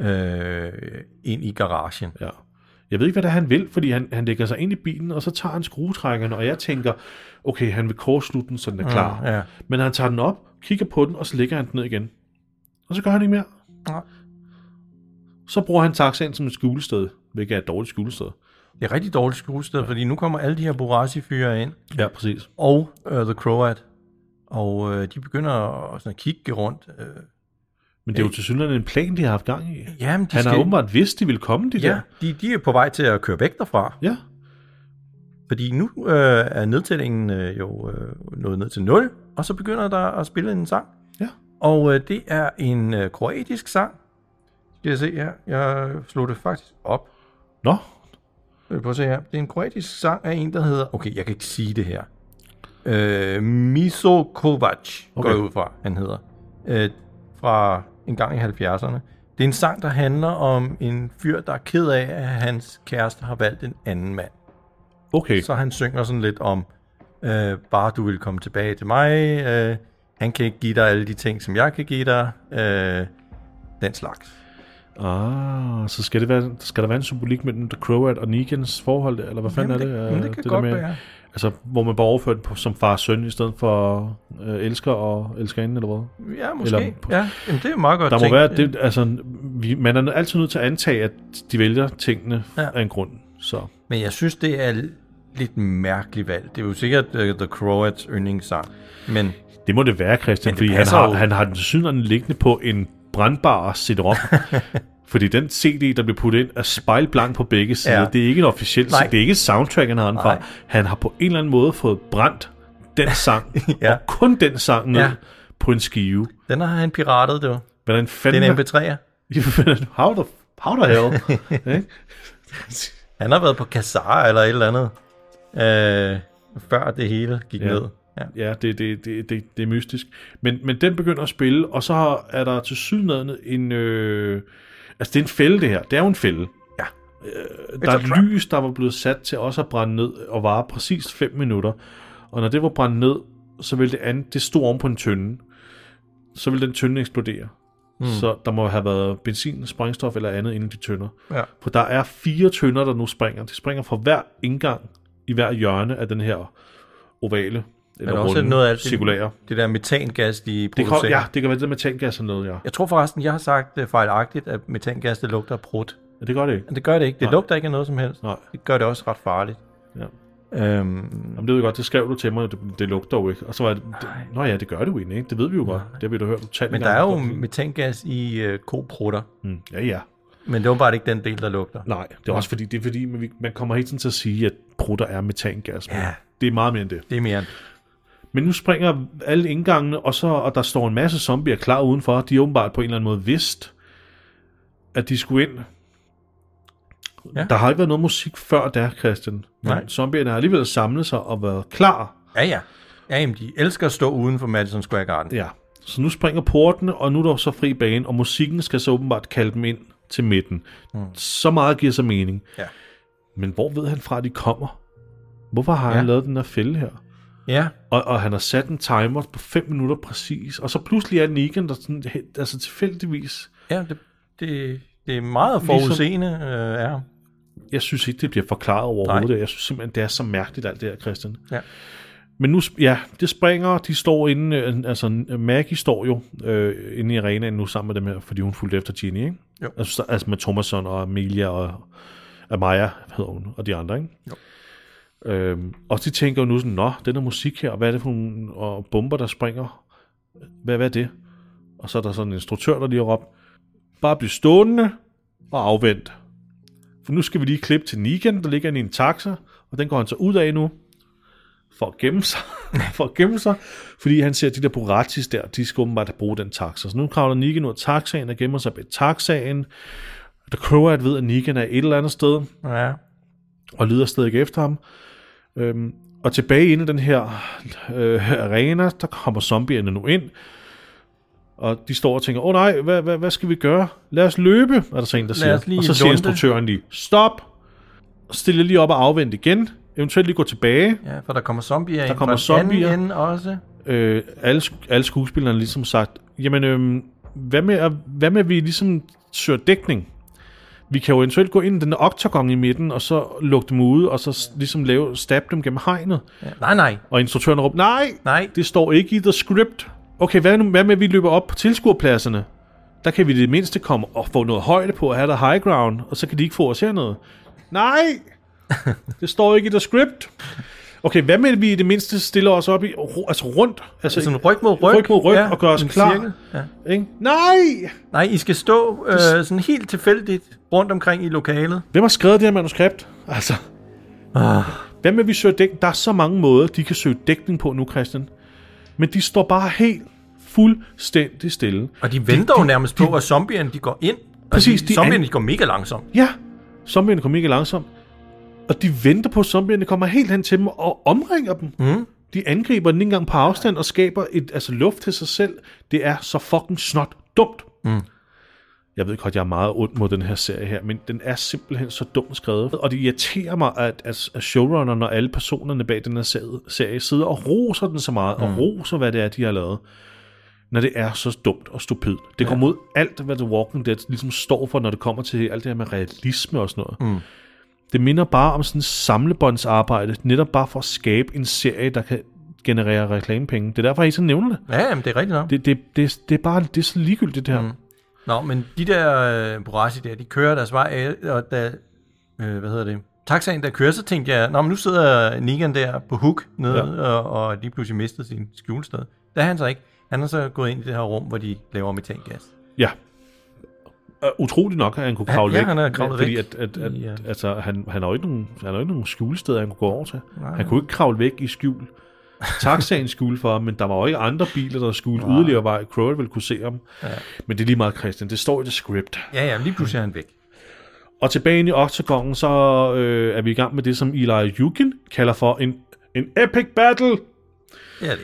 Speaker 2: øh, ind i garagen.
Speaker 1: Ja. Jeg ved ikke, hvad det er, han vil, fordi han, han lægger sig ind i bilen, og så tager han skruetrækkerne, og jeg tænker, okay, han vil kortslutte den, så den er klar.
Speaker 2: Mm, ja.
Speaker 1: Men han tager den op, kigger på den, og så lægger han den ned igen. Og så gør han ikke mere.
Speaker 2: Nej.
Speaker 1: Så bruger han taxaen som et skjulested, hvilket er et dårligt skjulested.
Speaker 2: Det er et rigtig dårligt skuested, ja. fordi nu kommer alle de her Budrazi-fyre ind.
Speaker 1: Ja, præcis.
Speaker 2: og uh, The Croat. Og uh, de begynder at, sådan at kigge rundt. Uh,
Speaker 1: Men det er jo til synligheden en plan, de har haft gang i.
Speaker 2: jamen, de
Speaker 1: Han
Speaker 2: Øh. skal,
Speaker 1: har åbenbart vidst, de ville komme, de der.
Speaker 2: ja, de, de er på vej til at køre væk derfra.
Speaker 1: Ja.
Speaker 2: Fordi nu uh, er nedtællingen uh, jo uh, nået ned til 0, og så begynder der at spille en sang.
Speaker 1: Ja.
Speaker 2: Og uh, det er en uh, kroatisk sang. Skal jeg se her? Jeg slog det faktisk op.
Speaker 1: Nå,
Speaker 2: Øh, Prøv at se her. Det er en kroatisk sang af en, der hedder... Okay, jeg kan ikke sige det her. Øh, Miso Kovac okay.
Speaker 1: Okay.
Speaker 2: går jeg ud fra, han hedder. Øh, fra en gang i 70'erne. Det er en sang, der handler om en fyr, der er ked af, at hans kæreste har valgt en anden mand.
Speaker 1: okay.
Speaker 2: Så han synger sådan lidt om, øh, bare du vil komme tilbage til mig. Øh, han kan ikke give dig alle de ting, som jeg kan give dig. Øh, den slags.
Speaker 1: Ah, så skal, det være, skal der være en symbolik mellem The Croat og Nikens forhold, eller hvad fanden er
Speaker 2: Jamen, det-
Speaker 1: det?
Speaker 2: jamen, det
Speaker 1: Øh,
Speaker 2: kan
Speaker 1: der
Speaker 2: godt
Speaker 1: med-
Speaker 2: være.
Speaker 1: Altså, hvor man bare overfører det på, som far og søn, i stedet for øh, elsker og elskerinde, eller hvad?
Speaker 2: Ja, måske.
Speaker 1: Eller-
Speaker 2: Eller, ja, jamen, det er meget godt
Speaker 1: Der må
Speaker 2: tænkt.
Speaker 1: være, det, altså, vi, man er altid nødt til at antage, at de vælger tingene ja.
Speaker 2: Ja.
Speaker 1: af en grund. Så
Speaker 2: Men jeg synes, det er lidt mærkeligt valg. Det er jo sikkert uh, The Croats yndlingssang. Men
Speaker 1: det må det være, Christian,
Speaker 2: Men det
Speaker 1: fordi han
Speaker 2: passer
Speaker 1: har,
Speaker 2: jo.
Speaker 1: han har den synerne liggende på en brandbar CD-ROM. fordi den CD, der blev puttet ind, er spejlblank på begge sider. Ja.
Speaker 2: Ja.
Speaker 1: Det er ikke en officiel
Speaker 2: Nej.
Speaker 1: det er ikke et soundtrack, han har den fra.
Speaker 2: Nej.
Speaker 1: Han har på en eller anden måde fået brændt den sang,
Speaker 2: Ja.
Speaker 1: og kun den sang ned
Speaker 2: Ja.
Speaker 1: på en skive.
Speaker 2: den har han piratet, det var.
Speaker 1: Hvordan
Speaker 2: Det
Speaker 1: fanden
Speaker 2: er en MP3'er.
Speaker 1: how the how the hell? Ikke?
Speaker 2: Han har været på Kazar eller et eller andet. Øh, før det hele gik
Speaker 1: Ja.
Speaker 2: ja. ned. Ja.
Speaker 1: ja, det, det, det, det, det er mystisk. Men, men den begynder at spille, og så har- er der til sydlandet en... Øh, altså, det er en fælde, det her. Det er jo en fælde.
Speaker 2: Ja.
Speaker 1: Øh, der er lys, der var blevet sat til også at brænde ned og vare præcis 5 minutter. Og når det var brændt ned, så ville det andet, det stod oven på en tønde. Så ville den tønde eksplodere. Mm. Så der må have været benzin, sprængstof eller andet inden de tønder.
Speaker 2: Ja.
Speaker 1: For der er fire tønder, der nu springer. De springer fra hver indgang i hver hjørne af den her ovale eller
Speaker 2: Men også
Speaker 1: runde,
Speaker 2: noget af alt det-
Speaker 1: cirkulære.
Speaker 2: Det der metangas, de
Speaker 1: Det
Speaker 2: producerer.
Speaker 1: kan, ja, det kan være det der metangas og noget, ja.
Speaker 2: Jeg tror forresten, jeg har sagt uh, fejlagtigt, at metangas, det lugter af prut.
Speaker 1: ja. Det gør det ikke.
Speaker 2: Men det gør det ikke. Det
Speaker 1: Nej.
Speaker 2: Nej. lugter ikke af noget som helst.
Speaker 1: Nej.
Speaker 2: Det gør det også ret farligt.
Speaker 1: Ja.
Speaker 2: Øhm,
Speaker 1: Jamen, det ved jeg godt, det skrev du til mig, det, det lugter jo ikke. Og så var det, det, nå ja, det gør det jo egentlig, ikke? Det ved vi jo godt. Det har vi da hørt talt
Speaker 2: men der er jo metangas i uh, koprutter.
Speaker 1: Mm, ja, ja.
Speaker 2: Men det var bare ikke den del, der lugter.
Speaker 1: Nej, det er også fordi, det er fordi, man, man kommer hele tiden til at sige, at prutter er metangas. men
Speaker 2: Ja.
Speaker 1: Det er meget mere end det.
Speaker 2: Det er mere end
Speaker 1: Men nu springer alle indgangene, og, så, og der står en masse zombier klar udenfor. De er åbenbart på en eller anden måde vidst, at de skulle ind. Ja.
Speaker 2: Ja.
Speaker 1: Der har ikke været noget musik før der, Christian. Men
Speaker 2: Nej.
Speaker 1: Zombierne har alligevel samlet sig og været klar.
Speaker 2: Ja, ja. Ja, jamen, de elsker at stå uden for Madison Square Garden.
Speaker 1: Ja. Så nu springer portene, og nu er der så fri bane, og musikken skal så åbenbart kalde dem ind til midten. Mm. Så meget giver sig mening.
Speaker 2: Ja.
Speaker 1: Men hvor ved han fra, at de kommer? Hvorfor har ja. han
Speaker 2: Ja.
Speaker 1: lavet den her fælde her?
Speaker 2: Ja,
Speaker 1: Og, og han har sat en timer på 5 minutter præcis. Og så pludselig er Negan der sådan, helt- altså tilfældigvis.
Speaker 2: ja det, det, det er meget
Speaker 1: Ligesom-
Speaker 2: forudseende. Øh, ja.
Speaker 1: Jeg synes ikke, det bliver forklaret overhovedet. Nej. Jeg synes simpelthen, det er så mærkeligt alt det her, Christian.
Speaker 2: Ja.
Speaker 1: Men nu, sp- ja, det springer, de står inde, øh, altså Maggie står jo øh, inde i arenaen nu sammen med dem her, fordi hun fulgte efter Ginny, ikke?
Speaker 2: Jo.
Speaker 1: Altså, så- altså med Thomasson og Amelia og Amaya, hedder hun, og de andre, ikke? Jo. Øhm, og de tænker jo nu sådan, nå, den der musik her, hvad er det for nogle og bomber, der springer? Hvad, hvad er det? Og så er der sådan en instruktør, der lige har råbt, bare bliv stående og afvent. For nu skal vi lige klippe til Negan, der ligger inde i en taxa, og den går han så ud af nu, for at gemme sig, for at gemme sig fordi han ser de der Buratis der, de skal åbenbart bruge den taxa. Så nu kravler Negan ud af taxaen og gemmer sig bag taxaen. Der Croat ved, at Negan er et eller andet sted,
Speaker 2: Ja.
Speaker 1: og leder stadig efter ham. Øhm, og tilbage inde i den her øh, arena, der kommer zombierne nu ind, og de står og tænker, åh oh, nej, hvad, hvad, hvad skal vi gøre? Lad os løbe, er der så en, der siger.
Speaker 2: os lige
Speaker 1: og så siger
Speaker 2: lunde.
Speaker 1: instruktøren lige, stop, stille lige op og afvend igen, eventuelt lige gå tilbage,
Speaker 2: ja, for der kommer zombier der ind
Speaker 1: kommer
Speaker 2: fra den
Speaker 1: zombier.
Speaker 2: anden ende også.
Speaker 1: øh, alle, sk- alle skuespillerne har ligesom sagt, jamen, øh, hvad, med, at- hvad med, at vi ligesom søger dækning? Vi kan jo eventuelt gå ind i den der oktagon i midten, og så lukke dem ude, og så s- ligesom lave, stab dem gennem hegnet.
Speaker 2: Ja. Nej, nej,
Speaker 1: Og instruktøren råber, nej,
Speaker 2: nej.
Speaker 1: det står ikke i the script. Okay, hvad, nu, hvad med, at vi løber op på tilskuerpladserne? Der kan vi i det mindste komme og få noget højde på at have der high ground, og så kan de ikke få os hernede. Nej! det står ikke i the script. Okay, hvad med, at vi i det mindste stiller os op i, ru- altså rundt? Altså,
Speaker 2: Sådan ryg mod ryg.
Speaker 1: Ryg mod ryg og gør os
Speaker 2: en
Speaker 1: klar.
Speaker 2: cirkel. Ja.
Speaker 1: Ikke? Nej!
Speaker 2: Nej, I skal stå øh, sådan helt tilfældigt rundt omkring i lokalet.
Speaker 1: Hvem har skrevet det her manuskript? Altså. Ah. Hvad med, at vi søger dækning? Der er så mange måder, de kan søge dækning på nu, Christian. Men de står bare helt fuldstændig stille.
Speaker 2: Og de venter jo nærmest på, at zombierne de går ind.
Speaker 1: Præcis,
Speaker 2: og de,
Speaker 1: de
Speaker 2: de zombierne
Speaker 1: an-
Speaker 2: de går mega langsomt.
Speaker 1: Ja, zombierne kommer ikke langsomt. Og de venter på, at zombierne kommer helt hen til dem og omringer dem. Mm. De angriber den ikke engang på afstand og skaber et, altså luft til sig selv. Det er så fucking snot dumt. Mm. Jeg ved godt, jeg er meget ond mod den her serie her, men den er simpelthen så dumt skrevet. Og det irriterer mig, at, at at showrunneren og alle personerne bag den her serie- serie sidder og roser den så meget, mm. og roser, hvad det er, de har lavet når det er så dumt og stupidt. Det går mod alt, hvad The Walking Dead ligesom står for, når det kommer til alt det her med realisme og sådan noget. Mm. Det minder bare om sådan et samlebåndsarbejde, netop bare for at skabe en serie, der kan generere reklamepenge. Det er derfor, jeg ikke så nævner det.
Speaker 2: Ja, jamen, det er rigtigt nok.
Speaker 1: Det, det, det, det er bare det er så ligegyldigt, det her. Mm.
Speaker 2: Nå, men de der øh, Borassi der, de kører deres vej, af, og da, øh, hvad hedder det, taxaen der kører, så tænkte jeg, nå, men nu sidder Negan der på hook nede, ja. og, og lige pludselig mistede sin skjulested. Der er han så ikke. Han er så gået ind i det her rum, hvor de laver metangas.
Speaker 1: Ja. Og Utroligt nok, at han kunne
Speaker 2: Ja,
Speaker 1: kravle
Speaker 2: ja,
Speaker 1: væk. øh,
Speaker 2: han er kravlet
Speaker 1: fordi
Speaker 2: væk.
Speaker 1: At, at, at,
Speaker 2: Ja.
Speaker 1: ja. altså, han, han har jo ikke nogen, han har jo ikke nogen skjulesteder, han kunne gå over til.
Speaker 2: Nej.
Speaker 1: Nej. Han kunne ikke kravle væk i skjul. Taxaen skjul for ham, men der var jo ikke andre biler, der skjulte yderligere vej. Crowley ville kunne se ham. Ja. Men det er lige meget, Christian. Det står i det script.
Speaker 2: Ja, ja, lige pludselig er han væk.
Speaker 1: Og tilbage ind i Octagonen, så øh, er vi i gang med det, som Eli Yukin kalder for en, en epic battle.
Speaker 2: Ja, det.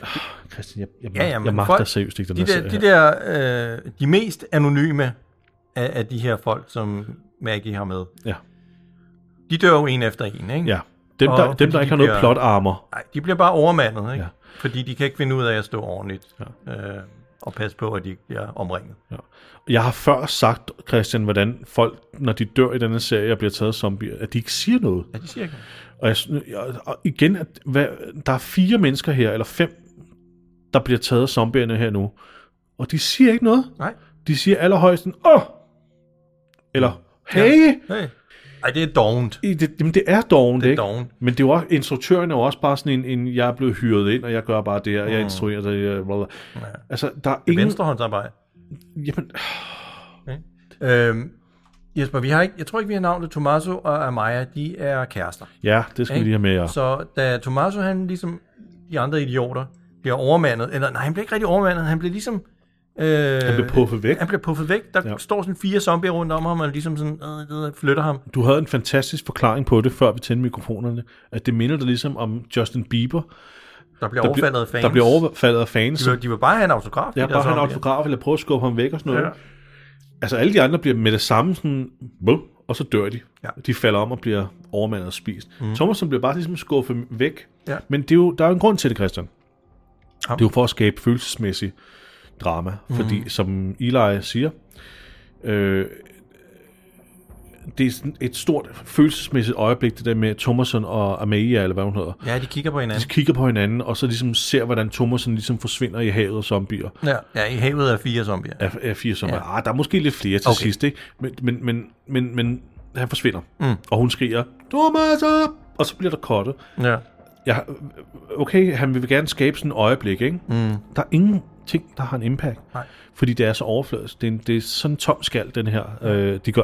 Speaker 1: Christian, jeg, jeg,
Speaker 2: Ja,
Speaker 1: ja,
Speaker 2: ja,
Speaker 1: ja,
Speaker 2: men
Speaker 1: jeg magter
Speaker 2: folk-
Speaker 1: seriøst ikke den
Speaker 2: De
Speaker 1: her
Speaker 2: der,
Speaker 1: serie
Speaker 2: de,
Speaker 1: her.
Speaker 2: der øh, de mest anonyme af, af de her folk, som Maggie har med,
Speaker 1: Ja.
Speaker 2: de dør jo en efter en, ikke?
Speaker 1: ja. Dem,
Speaker 2: Og
Speaker 1: der, dem,
Speaker 2: fordi
Speaker 1: der
Speaker 2: de
Speaker 1: ikke har noget
Speaker 2: bliver-
Speaker 1: plot armor.
Speaker 2: Nej, de bliver bare overmandet, ikke? Ja.
Speaker 1: Ja.
Speaker 2: Fordi de kan ikke finde ud af at stå ordentligt ja. øh, og passe på, at de ikke bliver omringet.
Speaker 1: Ja. Jeg har før sagt, Christian, hvordan folk, når de dør i denne serie og bliver taget som zombier, at de ikke siger noget.
Speaker 2: Ja, de siger ikke.
Speaker 1: Og, jeg, syn- jeg- og igen, at, hvad, der er fire mennesker her, eller fem, der bliver taget af zombierne her nu. Og de siger ikke noget.
Speaker 2: Nej.
Speaker 1: De siger allerhøjst, sådan, åh! Eller, hey! Ja.
Speaker 2: Hey. Ej, det er dovent.
Speaker 1: I det, jamen det er doven, det,
Speaker 2: er
Speaker 1: ikke?
Speaker 2: dovent.
Speaker 1: Men det er jo også, instruktøren er jo også bare sådan en, en, jeg er blevet hyret ind, og jeg gør bare det, og jeg instruerer det. øh, bla, bla. Altså, der er
Speaker 2: Det er
Speaker 1: ingen...
Speaker 2: venstrehåndsarbejde.
Speaker 1: Jamen,
Speaker 2: Øhm, Jesper, vi har ikke, jeg tror ikke, vi har navnet Tommaso og Amaya, de er kærester.
Speaker 1: ja, det skal vi lige have med jer.
Speaker 2: Så da Tommaso, han ligesom de andre idioter, bliver overmandet, eller nej, han bliver ikke rigtig overmandet, han bliver ligesom... Øh, han
Speaker 1: bliver puffet væk.
Speaker 2: Han bliver puffet væk. Der ja.
Speaker 1: Ja.
Speaker 2: står sådan fire zombier rundt om ham, og ligesom sådan, øh, øh, flytter ham.
Speaker 1: Du havde en fantastisk forklaring på det, før vi tændte mikrofonerne, at det minder dig ligesom om Justin Bieber,
Speaker 2: Der bliver
Speaker 1: der,
Speaker 2: overfaldet
Speaker 1: bliver,
Speaker 2: af fans.
Speaker 1: der bliver overfaldet af fans.
Speaker 2: De vil, de vil bare have en autograf.
Speaker 1: Ja,
Speaker 2: de der
Speaker 1: bare han
Speaker 2: zombier.
Speaker 1: autograf, eller prøve at skubbe ham væk og sådan noget.
Speaker 2: Ja.
Speaker 1: Ja. Altså alle de andre bliver med det samme sådan, "Buh," og så dør de.
Speaker 2: Ja.
Speaker 1: De falder om og bliver overmandet og spist. Mm. Thomasen bliver bare ligesom skuffet væk.
Speaker 2: Ja.
Speaker 1: Men det er jo, der er jo en grund til det, Christian.
Speaker 2: Ja.
Speaker 1: Ja. Det er jo for at skabe følelsesmæssig drama, mm. fordi som Eli siger, øh, det er sådan et stort følelsesmæssigt øjeblik, det der med Thomason og Amelia, eller hvad hun hedder.
Speaker 2: Ja, de kigger på
Speaker 1: De
Speaker 2: hinanden.
Speaker 1: kigger på hinanden, og så ligesom ser, hvordan Thomason ligesom forsvinder i havet af zombier.
Speaker 2: Ja, ja i havet er fire zombier.
Speaker 1: Af, af fire zombier. Ja. Ah, der er måske lidt flere til okay.
Speaker 2: Okay.
Speaker 1: sidst, ikke? Men, men, men, men, men han forsvinder. Mm. Og hun skriger, Thomas! Og så bliver der kottet.
Speaker 2: Ja.
Speaker 1: ja, okay, han vil gerne skabe sådan et øjeblik, ikke? Mm. Der er ingenting, der har en impact.
Speaker 2: Nej.
Speaker 1: Fordi det er så overfladisk. Det er, en, det er sådan en tom skal, den her. Øh, de gør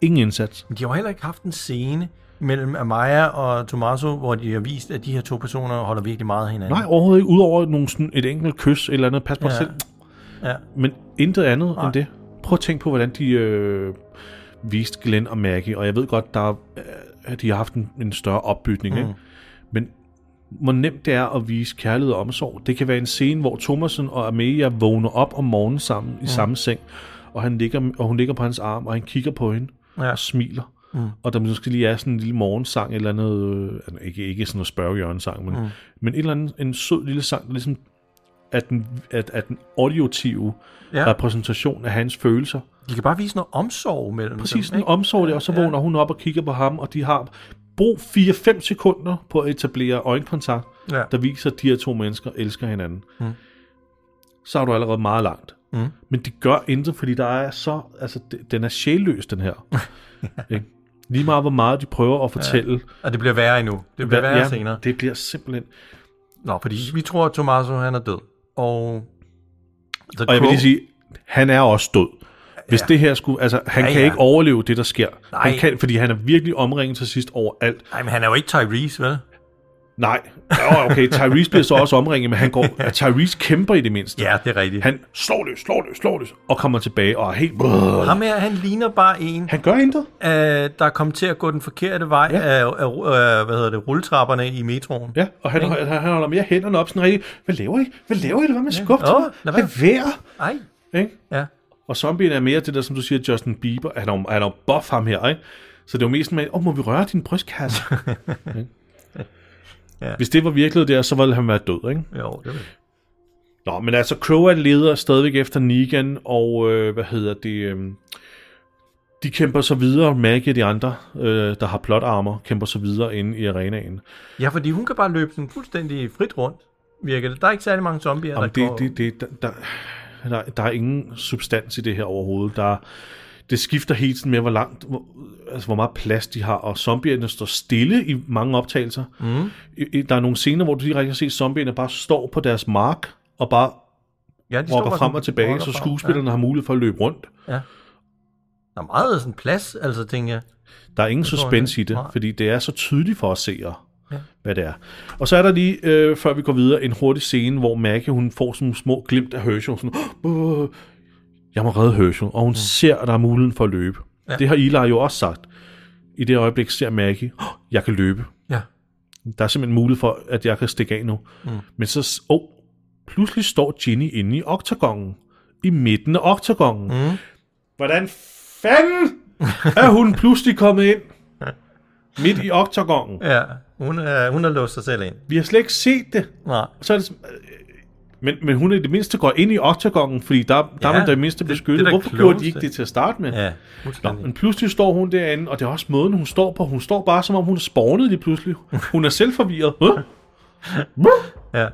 Speaker 1: ingen indsats.
Speaker 2: Men de har jo heller ikke haft en scene mellem Amaya og Tommaso, hvor de har vist, at de her to personer holder virkelig meget af hinanden.
Speaker 1: Nej, overhovedet ikke. Udover nogle sådan et enkelt kys, et eller andet, pas på ja.
Speaker 2: Ja.
Speaker 1: selv.
Speaker 2: Ja.
Speaker 1: Men intet andet Nej.
Speaker 2: Nej.
Speaker 1: end det. Prøv at tænke på, hvordan de øh, viste Glenn og Maggie. Og jeg ved godt, der, øh, at de har haft en, en større opbygning. Mm. Ikke? Men hvor nemt det er at vise kærlighed og omsorg. Det kan være en scene, hvor Thomasen og Amelia vågner op om morgenen sammen i mm. samme seng, og, han ligger, og hun ligger på hans arm, og han kigger på hende
Speaker 2: Ja.
Speaker 1: og smiler. Mm. Og der måske lige er sådan en lille morgensang, et eller andet, øh, ikke, ikke sådan noget spørgehjørnesang, men, mm. men et eller andet, en sød lille sang, der ligesom er den, at, at den audiotive ja.
Speaker 2: Ja.
Speaker 1: repræsentation af hans følelser.
Speaker 2: De kan bare vise noget omsorg mellem
Speaker 1: Præcis
Speaker 2: dem.
Speaker 1: sådan
Speaker 2: ikke?
Speaker 1: omsorg, og så vågner hun op og kigger på ham, og de har brug 4-5 sekunder på at etablere øjenkontakt,
Speaker 2: Ja.
Speaker 1: der viser, at de her to mennesker elsker hinanden. Mm. Så er du allerede meget langt. Mm. Men de gør intet, fordi der er så, altså, d- den er sjælløs, den her. Ikke? Lige meget, hvor meget de prøver at fortælle.
Speaker 2: Og det bliver værre endnu. Det bliver værre ja. senere.
Speaker 1: Det bliver simpelthen...
Speaker 2: Nå, fordi vi tror, at Tommaso han er død. Og, The
Speaker 1: Og jeg vil
Speaker 2: Crow-
Speaker 1: lige sige, han er også død. Hvis ja. det her skulle... Altså, han ja,
Speaker 2: Ja,
Speaker 1: kan ja.
Speaker 2: ja.
Speaker 1: ikke overleve det, der sker.
Speaker 2: Nej.
Speaker 1: Han kan, fordi han er virkelig omringet til sidst overalt.
Speaker 2: Ej, men han er jo ikke Tyrese, vel?
Speaker 1: Nej. Jo, okay, Tyrese bliver så også omringet, men han går... Ja, Tyrese kæmper i det mindste.
Speaker 2: Ja, det er rigtigt. Han,
Speaker 1: Han slår løs, slår løs, slår løs, og kommer tilbage og er helt... Brrr.
Speaker 2: Ham her, han ligner bare en,
Speaker 1: Han gør intet.
Speaker 2: øh, der kom til at gå den forkerte vej ja. af, af øh, hvad hedder det, rulletrapperne i metroen.
Speaker 1: Ja, og han, han, han holder mere hænderne op sådan rigtig. Hvad laver I? Hvad laver I? Hvad med skub til
Speaker 2: Åh,
Speaker 1: mig?
Speaker 2: lad
Speaker 1: Lad være.
Speaker 2: Ej,
Speaker 1: Ikke?
Speaker 2: ja.
Speaker 1: Og zombien er mere det der, som du siger, Justin Bieber. Han er jo, han er jo buff ham her, ikke? Så det er jo mest med, åh, må vi røre din brystkasse? Ikke?
Speaker 2: Ja.
Speaker 1: Hvis det var virkelighed der, så ville han være død, ikke?
Speaker 2: Jo, det vil
Speaker 1: Nå, men altså, Crowan leder stadigvæk efter Negan, og øh, hvad hedder det... Øh, de kæmper så videre, Maggie og de andre, øh, der har plotarmer, kæmper så videre inde i arenaen.
Speaker 2: Ja, fordi hun kan bare løbe sådan fuldstændig frit rundt, virker det. Der er ikke særlig mange zombier,
Speaker 1: Jamen,
Speaker 2: der
Speaker 1: det,
Speaker 2: går...
Speaker 1: det, det, der, der, der, der er ingen substans i det her overhovedet. Der, det skifter helt sådan med, hvor langt, hvor, altså hvor meget plads de har, og zombierne står stille i mange optagelser. Mm. I, i- der er nogle scener, hvor du direkte kan se, at zombierne bare står på deres mark, og bare
Speaker 2: ja, de står
Speaker 1: rokker
Speaker 2: bare
Speaker 1: frem
Speaker 2: sådan-
Speaker 1: og tilbage,
Speaker 2: rokker
Speaker 1: så
Speaker 2: frem.
Speaker 1: skuespillerne ja. har mulighed for at løbe rundt.
Speaker 2: Der er meget sådan plads, altså, tænker jeg.
Speaker 1: Der er ingen
Speaker 2: tror jeg
Speaker 1: suspense i
Speaker 2: ikke.
Speaker 1: det,
Speaker 2: Nej.
Speaker 1: fordi det er så tydeligt for os seere, ja.
Speaker 2: Ja.
Speaker 1: hvad det er. Og så er der lige, øh, før vi går videre, en hurtig scene, hvor Maggie, hun får sådan nogle små glimt af Herschel. Sådan, "Åh, øh, jeg må redde Herschel. Og hun mm. ser, at der er muligheden for at løbe. Ja.
Speaker 2: Ja.
Speaker 1: Det har Eli jo også sagt. I det øjeblik ser Maggie, "Åh, jeg kan løbe.
Speaker 2: Ja.
Speaker 1: Der er simpelthen mulighed for, at jeg kan stikke af nu. Mm. Men så, s- åh, pludselig står Ginny inde i oktagongen. I midten af oktagongen. Mm. Hvordan fanden er hun pludselig kommet ind? Midt i oktagongen.
Speaker 2: Ja, hun, er, hun har låst sig selv ind.
Speaker 1: Vi har slet ikke set det.
Speaker 2: Nej.
Speaker 1: Så er det, som- øh, men, men hun er i det mindste går ind i oktagongen, fordi der, der ja,
Speaker 2: Ja,
Speaker 1: er man da i det mindste
Speaker 2: det- det er
Speaker 1: beskyttet.
Speaker 2: da
Speaker 1: Hvorfor
Speaker 2: klogest,
Speaker 1: gjorde de ikke
Speaker 2: det.
Speaker 1: det til at starte med?
Speaker 2: Ja,
Speaker 1: Nå,
Speaker 2: fuldstændig.
Speaker 1: men pludselig står hun derinde, og det er også måden, hun står på. Hun står bare, som om hun er spawnet lige pludselig. Hun er selv forvirret. Huh?
Speaker 2: Ja.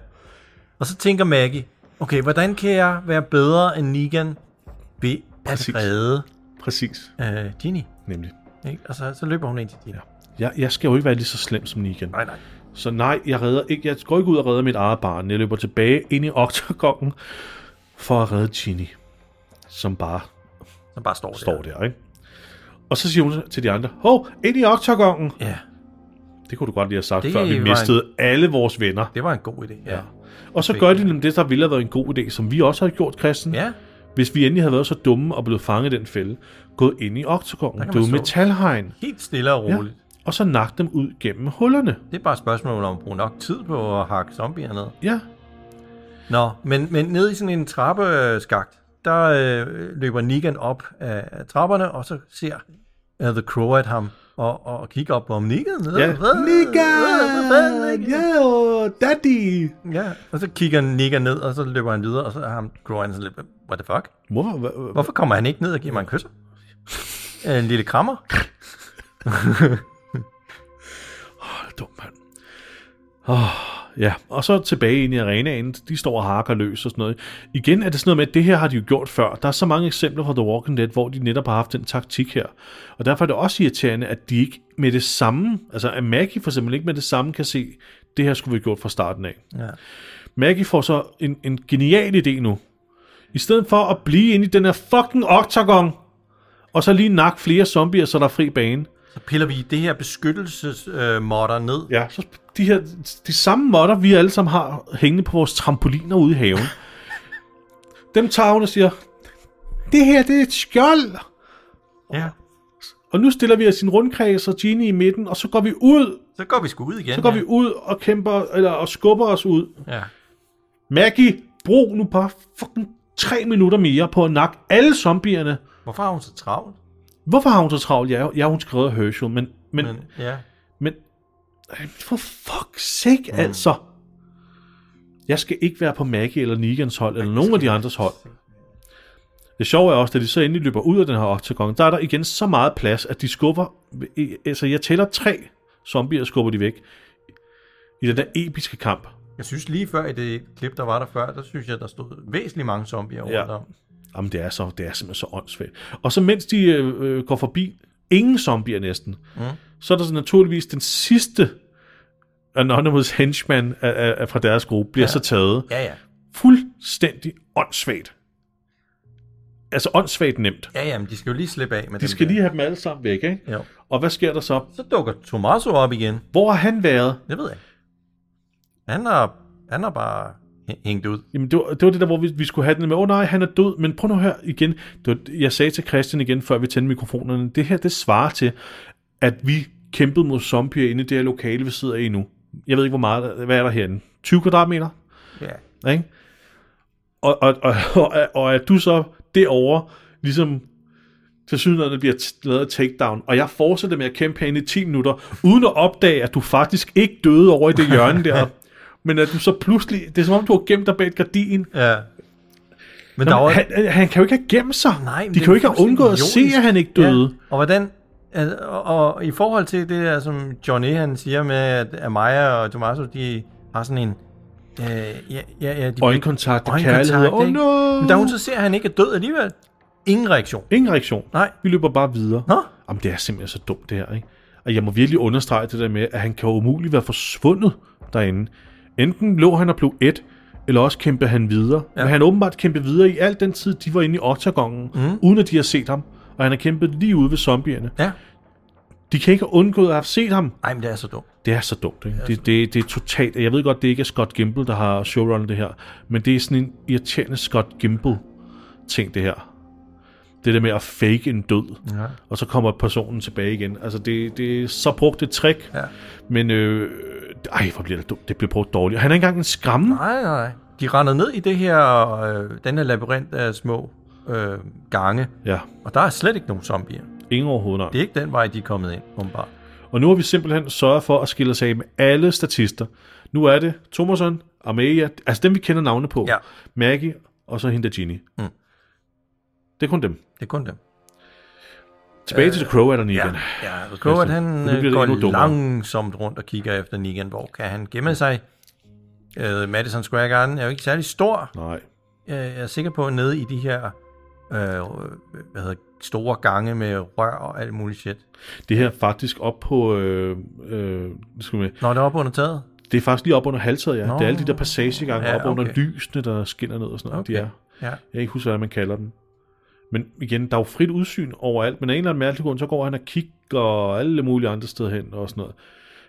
Speaker 2: Og så tænker Maggie, okay, hvordan kan jeg være bedre end Negan ved
Speaker 1: Præcis.
Speaker 2: at redde
Speaker 1: Præcis,
Speaker 2: øh, Ginny?
Speaker 1: nemlig.
Speaker 2: Ikke? Og så, så løber hun ind til Ginny. Ja.
Speaker 1: Jeg, jeg skal jo ikke være lige så slem som Negan.
Speaker 2: Nej, nej.
Speaker 1: Så nej, jeg, redder ikke, jeg går ikke ud og redder mit eget barn. Jeg løber tilbage ind i oktagongen for at redde Ginny, som bare
Speaker 2: Så bare står,
Speaker 1: står der, ikke? Og så siger hun til de andre, hov, ind i oktagongen!
Speaker 2: Ja,
Speaker 1: Det kunne du godt lige have sagt, det
Speaker 2: Det
Speaker 1: før vi
Speaker 2: var en-
Speaker 1: mistede en... alle vores venner.
Speaker 2: det var en god idé. Ja.
Speaker 1: Og så gør de nemlig det, der ville have været en god idé, som vi også har gjort, Christian.
Speaker 2: Ja,
Speaker 1: Hvis vi endelig havde været så dumme og blevet fanget i den fælde, gået ind i oktagongen.
Speaker 2: Der
Speaker 1: Det
Speaker 2: kan
Speaker 1: er jo
Speaker 2: man slå.
Speaker 1: metalhegn.
Speaker 2: helt stille og roligt. Ja.
Speaker 1: Og så nak dem ud gennem hullerne.
Speaker 2: Det er bare et spørgsmål om at bruge nok tid på at hakke zombier ned.
Speaker 1: Ja,
Speaker 2: Nå, men, men nede i sådan en trappeskagt, der øh, løber Negan op af af trapperne, og så ser uh, The Crow at ham og, og kigger op på ham. Negan?
Speaker 1: Ja.
Speaker 2: Øh, hvad- hvad fanden, Negan?
Speaker 1: Yo, daddy!
Speaker 2: Ja, og så kigger Negan ned, og så løber han videre, og så har han Groen sådan lidt, what the fuck?
Speaker 1: Hvorfor? hva- hva-
Speaker 2: Hvorfor kommer han ikke ned og giver mig Øh, en kysser? En lille krammer?
Speaker 1: Åh, dum mand. Oh, ja, og så tilbage ind i arenaen. De står og hakker løs og sådan noget. Igen er det sådan noget med, at det her har de jo gjort før. Der er så mange eksempler fra The Walking Dead, hvor de netop har haft den taktik her. Og derfor er det også irriterende, at de ikke med det samme, altså at Maggie for eksempel ikke med det samme kan se, det her skulle vi have gjort fra starten af.
Speaker 2: Ja.
Speaker 1: Maggie får så en, en genial idé nu. I stedet for at blive inde i den her fucking octagon, og så lige nakke flere zombier, så der er fri bane.
Speaker 2: Så piller vi det her beskyttelsesmodder øh, modder ned.
Speaker 1: Ja. Så de her, de samme modder, vi alle sammen har hængende på vores trampoliner ude i haven. dem tager hun og siger, det her, det er et skjold.
Speaker 2: ja.
Speaker 1: Og nu stiller vi os i en rundkreds og Genie i midten, og så går vi ud,
Speaker 2: Så går vi sgu ud igen.
Speaker 1: så går
Speaker 2: ja.
Speaker 1: vi ud og kæmper, eller og skubber os ud.
Speaker 2: Ja.
Speaker 1: Maggie, brug nu bare fucking tre minutter mere på at nakke alle zombierne.
Speaker 2: Hvorfor har hun så travlt?
Speaker 1: Hvorfor har hun så travlt? Ja, ja hun skrev Herschel, men, men, men,
Speaker 2: Men, ja.
Speaker 1: men Ej, for fuck's sake, mm. altså. Jeg skal ikke være på Maggie eller Negans hold, eller nogen af de andres hold. Det sjove er også, at de så endelig løber ud af den her octagon, der er der igen så meget plads, at de skubber... Altså, jeg tæller tre zombier, skubber de væk i den der episke kamp.
Speaker 2: Jeg synes lige før i det klip, der var der før, der synes jeg, der stod væsentligt mange zombier rundt
Speaker 1: Ja.
Speaker 2: om.
Speaker 1: Jamen, det er, så, det er simpelthen så åndssvagt. Og så mens de øh, øh, går forbi ingen zombier næsten, mm. så er der så naturligvis den sidste Anonymous henchman af, af, af, fra deres gruppe, bliver ja. så taget.
Speaker 2: Ja, ja.
Speaker 1: Fuldstændig åndssvagt. Altså åndssvagt nemt.
Speaker 2: Ja, ja, men de skal jo lige slippe af med
Speaker 1: De
Speaker 2: dem
Speaker 1: skal
Speaker 2: der.
Speaker 1: lige have dem alle sammen væk, ikke?
Speaker 2: Jo.
Speaker 1: Og hvad sker der så?
Speaker 2: Så dukker Tommaso op igen.
Speaker 1: Hvor har han været?
Speaker 2: Det ved jeg. ikke. Han har, han har bare hæ- hængt ud.
Speaker 1: Jamen, det var, det var det der, hvor vi, vi skulle have den med, åh oh, nej, han er død, men prøv nu her igen. Det var, jeg sagde til Christian igen, før vi tændte mikrofonerne, det her, det svarer til, at vi kæmpede mod zombier inde i det her lokale, vi sidder i nu. Jeg ved ikke, hvor meget, hvad er der herinde? 20 kvadratmeter?
Speaker 2: Ja.
Speaker 1: Ikke? Og, og, og, og, og at du så derovre, ligesom til synligheden bliver t- lavet takedown, og jeg fortsætter med at kæmpe herinde i 10 minutter, uden at opdage, at du faktisk ikke døde over i det hjørne der, men at du så pludselig, det er som om, du har gemt dig bag et gardin,
Speaker 2: ja. Men
Speaker 1: Nå,
Speaker 2: der var...
Speaker 1: men han, han kan jo ikke have gemt sig.
Speaker 2: Nej, men
Speaker 1: de
Speaker 2: det
Speaker 1: kan jo
Speaker 2: er
Speaker 1: ikke have
Speaker 2: fuldstændig
Speaker 1: undgået at se,
Speaker 2: idiotisk.
Speaker 1: at han ikke døde.
Speaker 2: Ja. Og hvordan... al- Og, og, i forhold til det der, som Johnny han siger med, at Amaya og Tommaso, de har sådan en... Øh, ja, ja, ja, de
Speaker 1: Øjenkontakt og kærlighed.
Speaker 2: Øjenkontakt,
Speaker 1: Oh,
Speaker 2: ikke?
Speaker 1: no.
Speaker 2: Men da hun så ser, at han ikke er død alligevel, ingen reaktion.
Speaker 1: Ingen reaktion.
Speaker 2: Nej.
Speaker 1: Vi løber bare videre.
Speaker 2: Nå?
Speaker 1: Jamen, det er simpelthen så dumt det her, ikke? Og jeg må virkelig understrege det der med, at han kan jo umuligt være forsvundet derinde. Enten lå han og blev et, eller også kæmpede han videre. Ja. Men han har åbenbart kæmpede videre i al den tid, de var inde i octagonen, mm. uden at de har set ham. Og han har kæmpet lige ude ved zombierne.
Speaker 2: Ja.
Speaker 1: De kan ikke have undgået at have set ham.
Speaker 2: Ej, men det er så dumt.
Speaker 1: Det er så dumt, ikke? Det, det, det er totalt... Jeg ved godt, det ikke er Scott Gimple, der har showrunnet det her, men det er sådan en irriterende Scott Gimple-ting, det her. Det der med at fake en død,
Speaker 2: Ja.
Speaker 1: og så kommer personen tilbage igen. Altså, det, det er så brugt et trick,
Speaker 2: Ja.
Speaker 1: men... Øh, ej, hvor bliver det dumt. Det bliver brugt dårligt. Han er ikke engang en skramme.
Speaker 2: Nej, nej. De render ned i det her, øh, den her labyrint af små øh, gange,
Speaker 1: Ja,
Speaker 2: og der er slet ikke nogen zombier.
Speaker 1: ingen overhovedet nej.
Speaker 2: Det er ikke den vej, de er kommet ind, åbenbart.
Speaker 1: Og nu har vi simpelthen sørget for at skille os af med alle statister. Nu er det Thomasson, Amelia, altså dem vi kender navne på,
Speaker 2: Ja.
Speaker 1: Maggie og så hende der Ginny. Mm. Det er kun dem.
Speaker 2: Det er kun dem.
Speaker 1: Tilbage øh, til The Crow er der igen. Ja.
Speaker 2: Ja, og Crow, at han
Speaker 1: Nu bliver
Speaker 2: øh,
Speaker 1: det endnu
Speaker 2: går
Speaker 1: dummere.
Speaker 2: langsomt rundt og kigger efter Negan. Hvor kan han gemme sig? Øh, Madison Square Garden er jo ikke særlig stor.
Speaker 1: Nej.
Speaker 2: Jeg jeg er sikker på, at nede i de her øh, hvad hedder, store gange med rør og alt muligt shit.
Speaker 1: Det her er faktisk op på... Øh, øh, skal med.
Speaker 2: Nå, det er oppe under taget.
Speaker 1: Det er faktisk lige op under halvtaget, ja.
Speaker 2: Nå.
Speaker 1: Det er alle de der passagegange
Speaker 2: Ja,
Speaker 1: ja, op under
Speaker 2: okay.
Speaker 1: lysene, der skinner ned og sådan noget. Okay. De er.
Speaker 2: Ja.
Speaker 1: Jeg kan ikke huske, hvad man kalder dem. Men igen, der er jo frit udsyn overalt, men af en eller anden mærkelig grund, så går han og kigger alle mulige andre steder hen og sådan noget.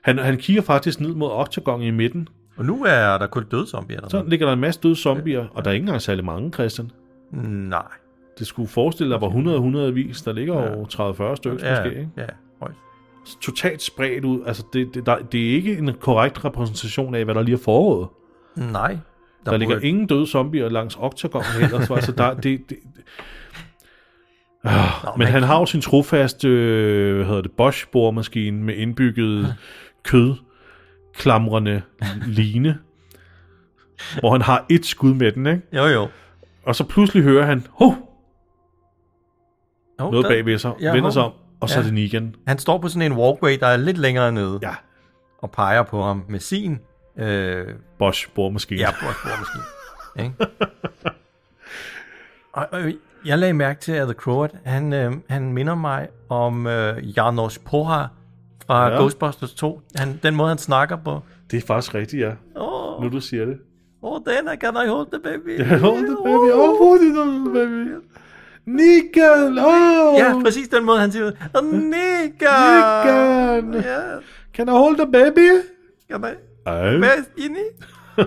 Speaker 1: Han, han kigger faktisk ned mod octagonen i midten.
Speaker 2: Og nu er der kun døde zombier
Speaker 1: Så
Speaker 2: dernede.
Speaker 1: ligger der en masse døde zombier, og der er ikke engang særlig mange, Christian.
Speaker 2: Nej.
Speaker 1: Det skulle forestille dig, hvor 100 hundredvis, der ligger ja. over 30-40 stykker ja.
Speaker 2: Ja,
Speaker 1: måske, ikke?
Speaker 2: ja. højst.
Speaker 1: totalt spredt ud. Altså, det, det, der, det er ikke en korrekt repræsentation af, hvad der lige er foregået.
Speaker 2: Nej.
Speaker 1: Der, der ligger
Speaker 2: burde-
Speaker 1: ingen døde zombier langs oktagonen heller, så altså, der, det, det,
Speaker 2: Nå,
Speaker 1: men
Speaker 2: man-
Speaker 1: han har jo sin trofaste, øh, hvad hedder det, Bosch-boremaskine med indbygget kød, klamrende line, hvor han har et skud med den, ikke?
Speaker 2: Jo, jo.
Speaker 1: Og så pludselig hører han, ho,
Speaker 2: Oh,
Speaker 1: noget bagved sig,
Speaker 2: Ja,
Speaker 1: vender sig
Speaker 2: hov.
Speaker 1: om, og så
Speaker 2: Ja.
Speaker 1: er det Negan.
Speaker 2: Han står på sådan en walkway, der er lidt længere nede,
Speaker 1: Ja,
Speaker 2: og peger på ham med sin øh,
Speaker 1: Bosch boremaskine.
Speaker 2: Ja, boremaskine. Ikke? Og, og jeg lagde mærke til, at The Croat, han, øh, han minder mig om øh, Janos Poha fra
Speaker 1: Ja.
Speaker 2: ja. Ghostbusters 2. Han, den måde, han snakker på.
Speaker 1: Det er faktisk rigtigt, ja.
Speaker 2: Åh,
Speaker 1: Nu du siger det.
Speaker 2: oh, den er, can I hold the baby?
Speaker 1: Hold the baby, oh, hold the baby. Negan, oh!
Speaker 2: Ja, præcis den måde, han siger det. "Åh, Nika!
Speaker 1: Nikan!
Speaker 2: Ja,
Speaker 1: Can I hold the baby?
Speaker 2: kan I
Speaker 1: Ej.
Speaker 2: best in it? I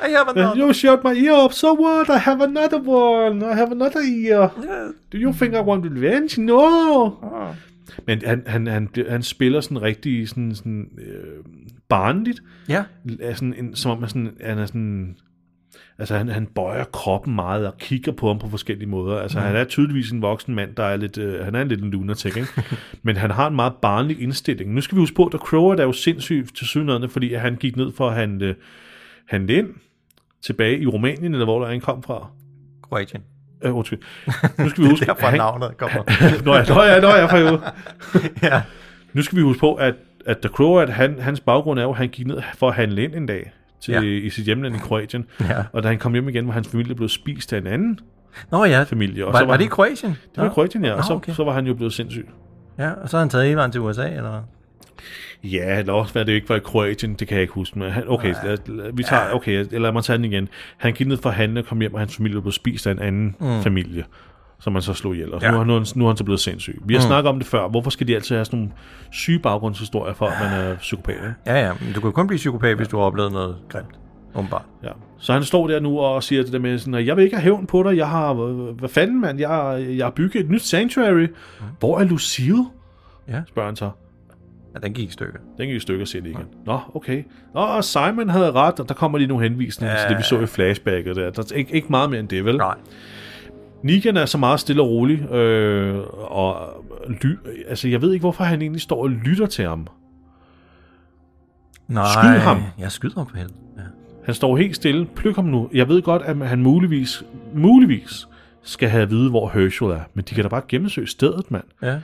Speaker 2: have
Speaker 1: Then
Speaker 2: another.
Speaker 1: you shut my ear up, so what? I have another one. I have another ear.
Speaker 2: Yes.
Speaker 1: Do you think I want revenge? No!
Speaker 2: Åh.
Speaker 1: Men han, han, han, han spiller sådan rigtig sådan, sådan, øh, barnligt,
Speaker 2: Ja,
Speaker 1: er sådan en, som om han, sådan, han er sådan... Altså, han, han bøjer kroppen meget og kigger på ham på forskellige måder. Altså, mm. han er tydeligvis en voksen mand, der er lidt... Øh, han er en lidt en lunatic, ikke? Men han har en meget barnlig indstilling. Nu skal vi huske på, at der Crower er jo sindssygt til synligheden, fordi at han gik ned for at handle, handle ind tilbage i Rumænien, eller hvor der han kom fra.
Speaker 2: Kroatien.
Speaker 1: Øh, undskyld. Nu skal vi huske...
Speaker 2: Derfor er
Speaker 1: han-
Speaker 2: navnet kommer.
Speaker 1: Nå ja, nå ja, nå ja, for jo.
Speaker 2: ja.
Speaker 1: Nu skal vi huske på, at, at The Crow, at han, hans baggrund er jo, at han gik ned for at handle ind en dag til, ja.
Speaker 2: Ja.
Speaker 1: i sit hjemland i Kroatien.
Speaker 2: Ja.
Speaker 1: Og da han kom hjem igen, var hans familie blevet spist af en anden
Speaker 2: Nå ja,
Speaker 1: familie. Og
Speaker 2: var,
Speaker 1: så
Speaker 2: var, var det i
Speaker 1: han,
Speaker 2: Kroatien?
Speaker 1: det var i Kroatien, ja. Og
Speaker 2: Nå,
Speaker 1: så, okay.
Speaker 2: okay.
Speaker 1: så var han jo blevet sindssyg.
Speaker 2: Ja, og så har han taget hele vejen til USA, eller hvad?
Speaker 1: Ja, eller også hvad det ikke var i Kroatien, det kan jeg ikke huske. Men han, okay, lad, lad, vi tager, okay, lad mig tage den igen. Han gik ned for at handle og kom hjem, og hans familie blev spist af en anden mm. familie, som man så slog ihjel. Og ja.
Speaker 2: Ja.
Speaker 1: nu, er han- nu, er han- nu er han så blevet sindssyg. Vi har mm. snakket om det før. Hvorfor skal de altid have sådan nogle syge baggrundshistorier for, at man er psykopat? Ikke?
Speaker 2: Ja, ja, men du kan jo kun blive psykopat, hvis du har oplevet noget grimt. Umiddelbart.
Speaker 1: Ja. Så han står der nu og siger det der med sådan, jeg vil ikke have hævn på dig, jeg har, hvad- hvad fanden mand, jeg, har- jeg har bygget et nyt sanctuary. Hvor er Lucille?
Speaker 2: Ja.
Speaker 1: Spørger han så.
Speaker 2: Ja, den gik i stykker.
Speaker 1: Den gik i stykker, siger det igen. Nå, okay. Nå, og Simon havde ret, og der kommer lige nogle henvisninger ja. til det, vi så i flashbacket der. Der er ikke, ikke meget mere end det, vel?
Speaker 2: Nej.
Speaker 1: Negan er så meget stille og rolig, øh, og ly, altså, jeg ved ikke, hvorfor han egentlig står og lytter til ham.
Speaker 2: Nej.
Speaker 1: Skyd ham.
Speaker 2: Jeg skyder ham for helvede. Ja.
Speaker 1: Han står helt stille. Pluk ham nu. Jeg ved godt, at han muligvis, muligvis skal have at vide, hvor Herschel er. Men de kan da bare gennemsøge stedet, mand.
Speaker 2: ja.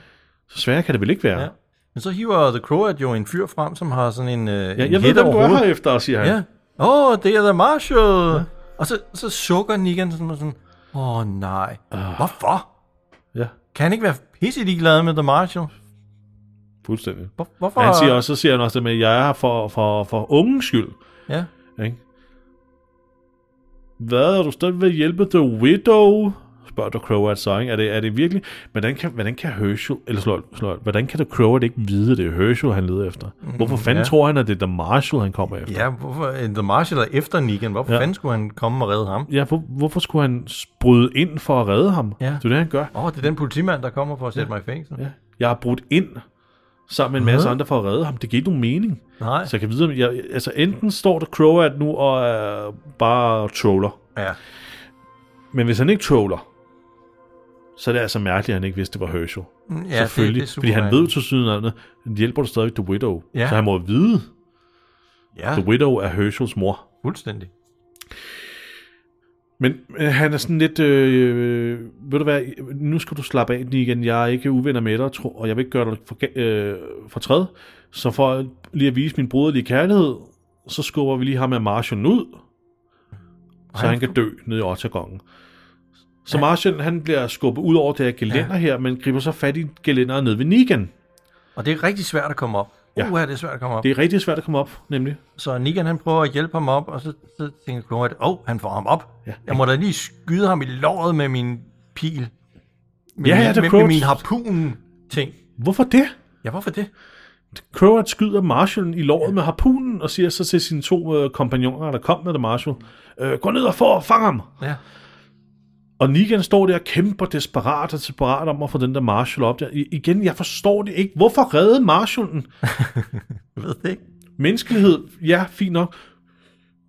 Speaker 1: Så sværere kan det vel ikke være. Ja,
Speaker 2: Ja. Men så hiver The Croat jo en fyr frem, som har sådan en, øh, ja,
Speaker 1: jeg,
Speaker 2: en
Speaker 1: jeg ved,
Speaker 2: hætte
Speaker 1: hvem du er
Speaker 2: over
Speaker 1: her
Speaker 2: hovedet.
Speaker 1: efter, siger han.
Speaker 2: Ja. Åh, oh, det er The Marshal. Ja. Og så, så sukker Negan sådan, sådan åh oh, nej,
Speaker 1: Ah.
Speaker 2: hvorfor?
Speaker 1: ja.
Speaker 2: Kan han ikke være pisse ligeglad med The Marshal?
Speaker 1: Fuldstændig.
Speaker 2: Hvor, hvorfor?
Speaker 1: Og han siger også, så siger han også det med, at jeg er her for, for, for ungens skyld.
Speaker 2: Ja.
Speaker 1: Ikke? Hvad er du stadig ved at hjælpe The Widow? spørger The Croat så, ikke? Er det, er det virkelig... Hvordan kan, hvordan kan Herschel... Eller slå, slå, hvordan kan The Croat ikke vide, at det er Herschel, han leder efter? Hvorfor fanden ja.
Speaker 2: Mm, ja.
Speaker 1: tror han, at det er The Marshal, han kommer efter?
Speaker 2: ja, hvorfor? øh, The Marshal er efter Negan. Hvorfor
Speaker 1: Ja.
Speaker 2: ja. fanden skulle han komme og redde ham?
Speaker 1: Ja, hvor, hvorfor skulle han bryde ind for at redde ham?
Speaker 2: Ja.
Speaker 1: Det er det, han gør.
Speaker 2: Åh, oh, det er den politimand, der kommer for at sætte ja. mig i fængsel.
Speaker 1: Ja. Jeg har brudt ind sammen med en masse andre for at redde ham. Det giver ikke nogen mening.
Speaker 2: Nej.
Speaker 1: Så jeg kan vide, om jeg, altså enten står der Croat nu og er bare troller.
Speaker 2: Ja.
Speaker 1: Men hvis han ikke troller, så er det altså mærkeligt, at han ikke vidste, det var Herschel.
Speaker 2: Mm, Ja,
Speaker 1: Selvfølgelig.
Speaker 2: er super
Speaker 1: fordi han ved
Speaker 2: mærkeligt.
Speaker 1: til sydenlandet, at hjælper du stadig The Widow.
Speaker 2: Ja.
Speaker 1: Så han må vide,
Speaker 2: Ja,
Speaker 1: The Widow er Herschels mor.
Speaker 2: fuldstændig.
Speaker 1: Men øh, han er sådan lidt, øh, ved du hvad, nu skal du slappe af igen, jeg er ikke uvenner med dig, tro, og jeg vil ikke gøre dig for, øh, fortræd, så for lige at vise min broderlige kærlighed, så skubber vi lige ham af Martian ud, så
Speaker 2: Ej,
Speaker 1: han kan dø nede i Ottagongen. Så Martian, han bliver skubbet ud over det her gelænder her, men griber så fat i gelænderet nede ved Negan.
Speaker 2: Og det er rigtig svært at komme op.
Speaker 1: Ja.
Speaker 2: Ja. Uh, det er svært at komme op.
Speaker 1: Det
Speaker 2: Det...
Speaker 1: er rigtig svært at komme op, nemlig.
Speaker 2: Så Negan han prøver at hjælpe ham op, og så, så tænker Kronrad, åh, oh, han får ham op.
Speaker 1: Ja.
Speaker 2: Ja. Jeg må da lige skyde ham i låret med min pil. Med
Speaker 1: Ja,
Speaker 2: min,
Speaker 1: ja, det er
Speaker 2: med,
Speaker 1: Crow.
Speaker 2: med min harpun-ting.
Speaker 1: Hvorfor det?
Speaker 2: Ja, hvorfor det?
Speaker 1: Crowat skyder Marshallen i låret med harpunen og siger så til sine to øh, kompagnoner, der kom med The Marshal, øh, gå ned og få fang ham.
Speaker 2: Ja.
Speaker 1: Og Negan står der og kæmper desperat og desperat om at få den der Marshall op der. I, igen, jeg forstår det ikke. Hvorfor redde Marshallen?
Speaker 2: Jeg ved det ikke.
Speaker 1: Menneskelighed, ja, fint nok.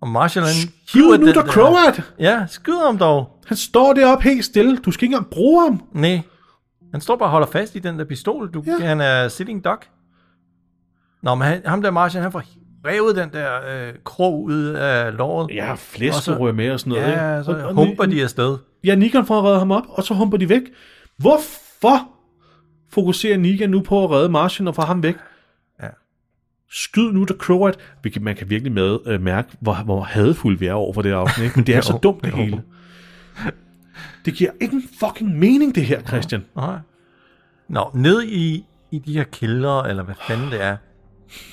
Speaker 2: Og Marshall han hiver
Speaker 1: Skyd nu
Speaker 2: den
Speaker 1: der Crowat!
Speaker 2: Ja, skyd ham dog.
Speaker 1: Han står deroppe helt stille. Du skal ikke engang bruge ham.
Speaker 2: Nej. Han står bare og holder fast i den der pistol. Du,
Speaker 1: Ja.
Speaker 2: ja. Han er sitting duck. Nå, men han, ham der Marshall, han får revet den der øh, krog ud af låret.
Speaker 1: Ja,
Speaker 2: Og så-
Speaker 1: flæskerøg med og sådan noget.
Speaker 2: Ja,
Speaker 1: ikke?
Speaker 2: så
Speaker 1: Og- og
Speaker 2: humper
Speaker 1: Ni-
Speaker 2: de afsted.
Speaker 1: Ja, Nikon får reddet ham op, og så humper de væk. Hvorfor fokuserer Negan nu på at redde Martian og få ham væk.
Speaker 2: Ja.
Speaker 1: Skyd nu, der Croat. Hvilket man kan virkelig med, øh, mærke, hvor, hvor hadefulde vi er over for det her afsnit. Ikke? Men det er så
Speaker 2: Jo,
Speaker 1: dumt det
Speaker 2: jo.
Speaker 1: hele. Det giver ikke en fucking mening, det her, Christian.
Speaker 2: Nej. Nå, ned i, i de her kældre, eller hvad fanden det er,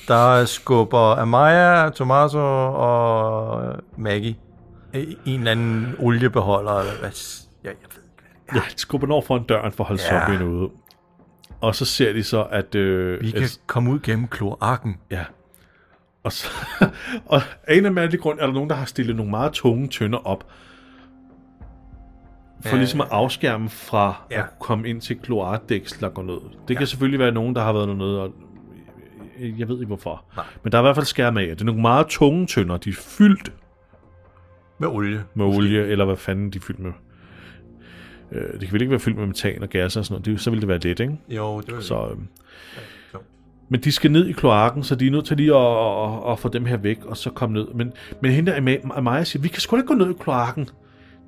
Speaker 2: der skubber Amaya, Tomaso og Maggie øh, en eller anden oliebeholder, eller hvad? s- Ja, jeg ved ikke, hvad det er.
Speaker 1: Ja, de skubber den over foran døren for at holde
Speaker 2: Ja.
Speaker 1: ja. Zombien ude. Og så ser de så, at... Øh,
Speaker 2: Vi kan
Speaker 1: at-
Speaker 2: komme ud gennem kloakken.
Speaker 1: Ja. Og, så, og af en eller anden mærkelig grund er der nogen, der har stillet nogle meget tunge tønder op. For
Speaker 2: Ja.
Speaker 1: ligesom at afskærme fra
Speaker 2: Ja.
Speaker 1: ja. at komme ind til kloardæksel og gå ned. Det kan selvfølgelig være nogen, der har været noget, og jeg ved ikke hvorfor.
Speaker 2: Nej.
Speaker 1: Men der er i hvert fald skærme af. Det er nogle meget tunge tønder. De er fyldt
Speaker 2: Med olie.
Speaker 1: med olie, eller hvad fanden de er fyldt med. Øh, Det kan vel ikke være fyldt med metan og gasser og sådan noget. Det, så ville det være let, ikke?
Speaker 2: Jo, det var så.
Speaker 1: Så, øhm, men de skal ned i kloakken, så de er nødt til lige at, at, at få dem her væk, og så komme ned. Men, men hende der Ama- Amaya siger, vi kan sgu da ikke gå ned i kloakken. Det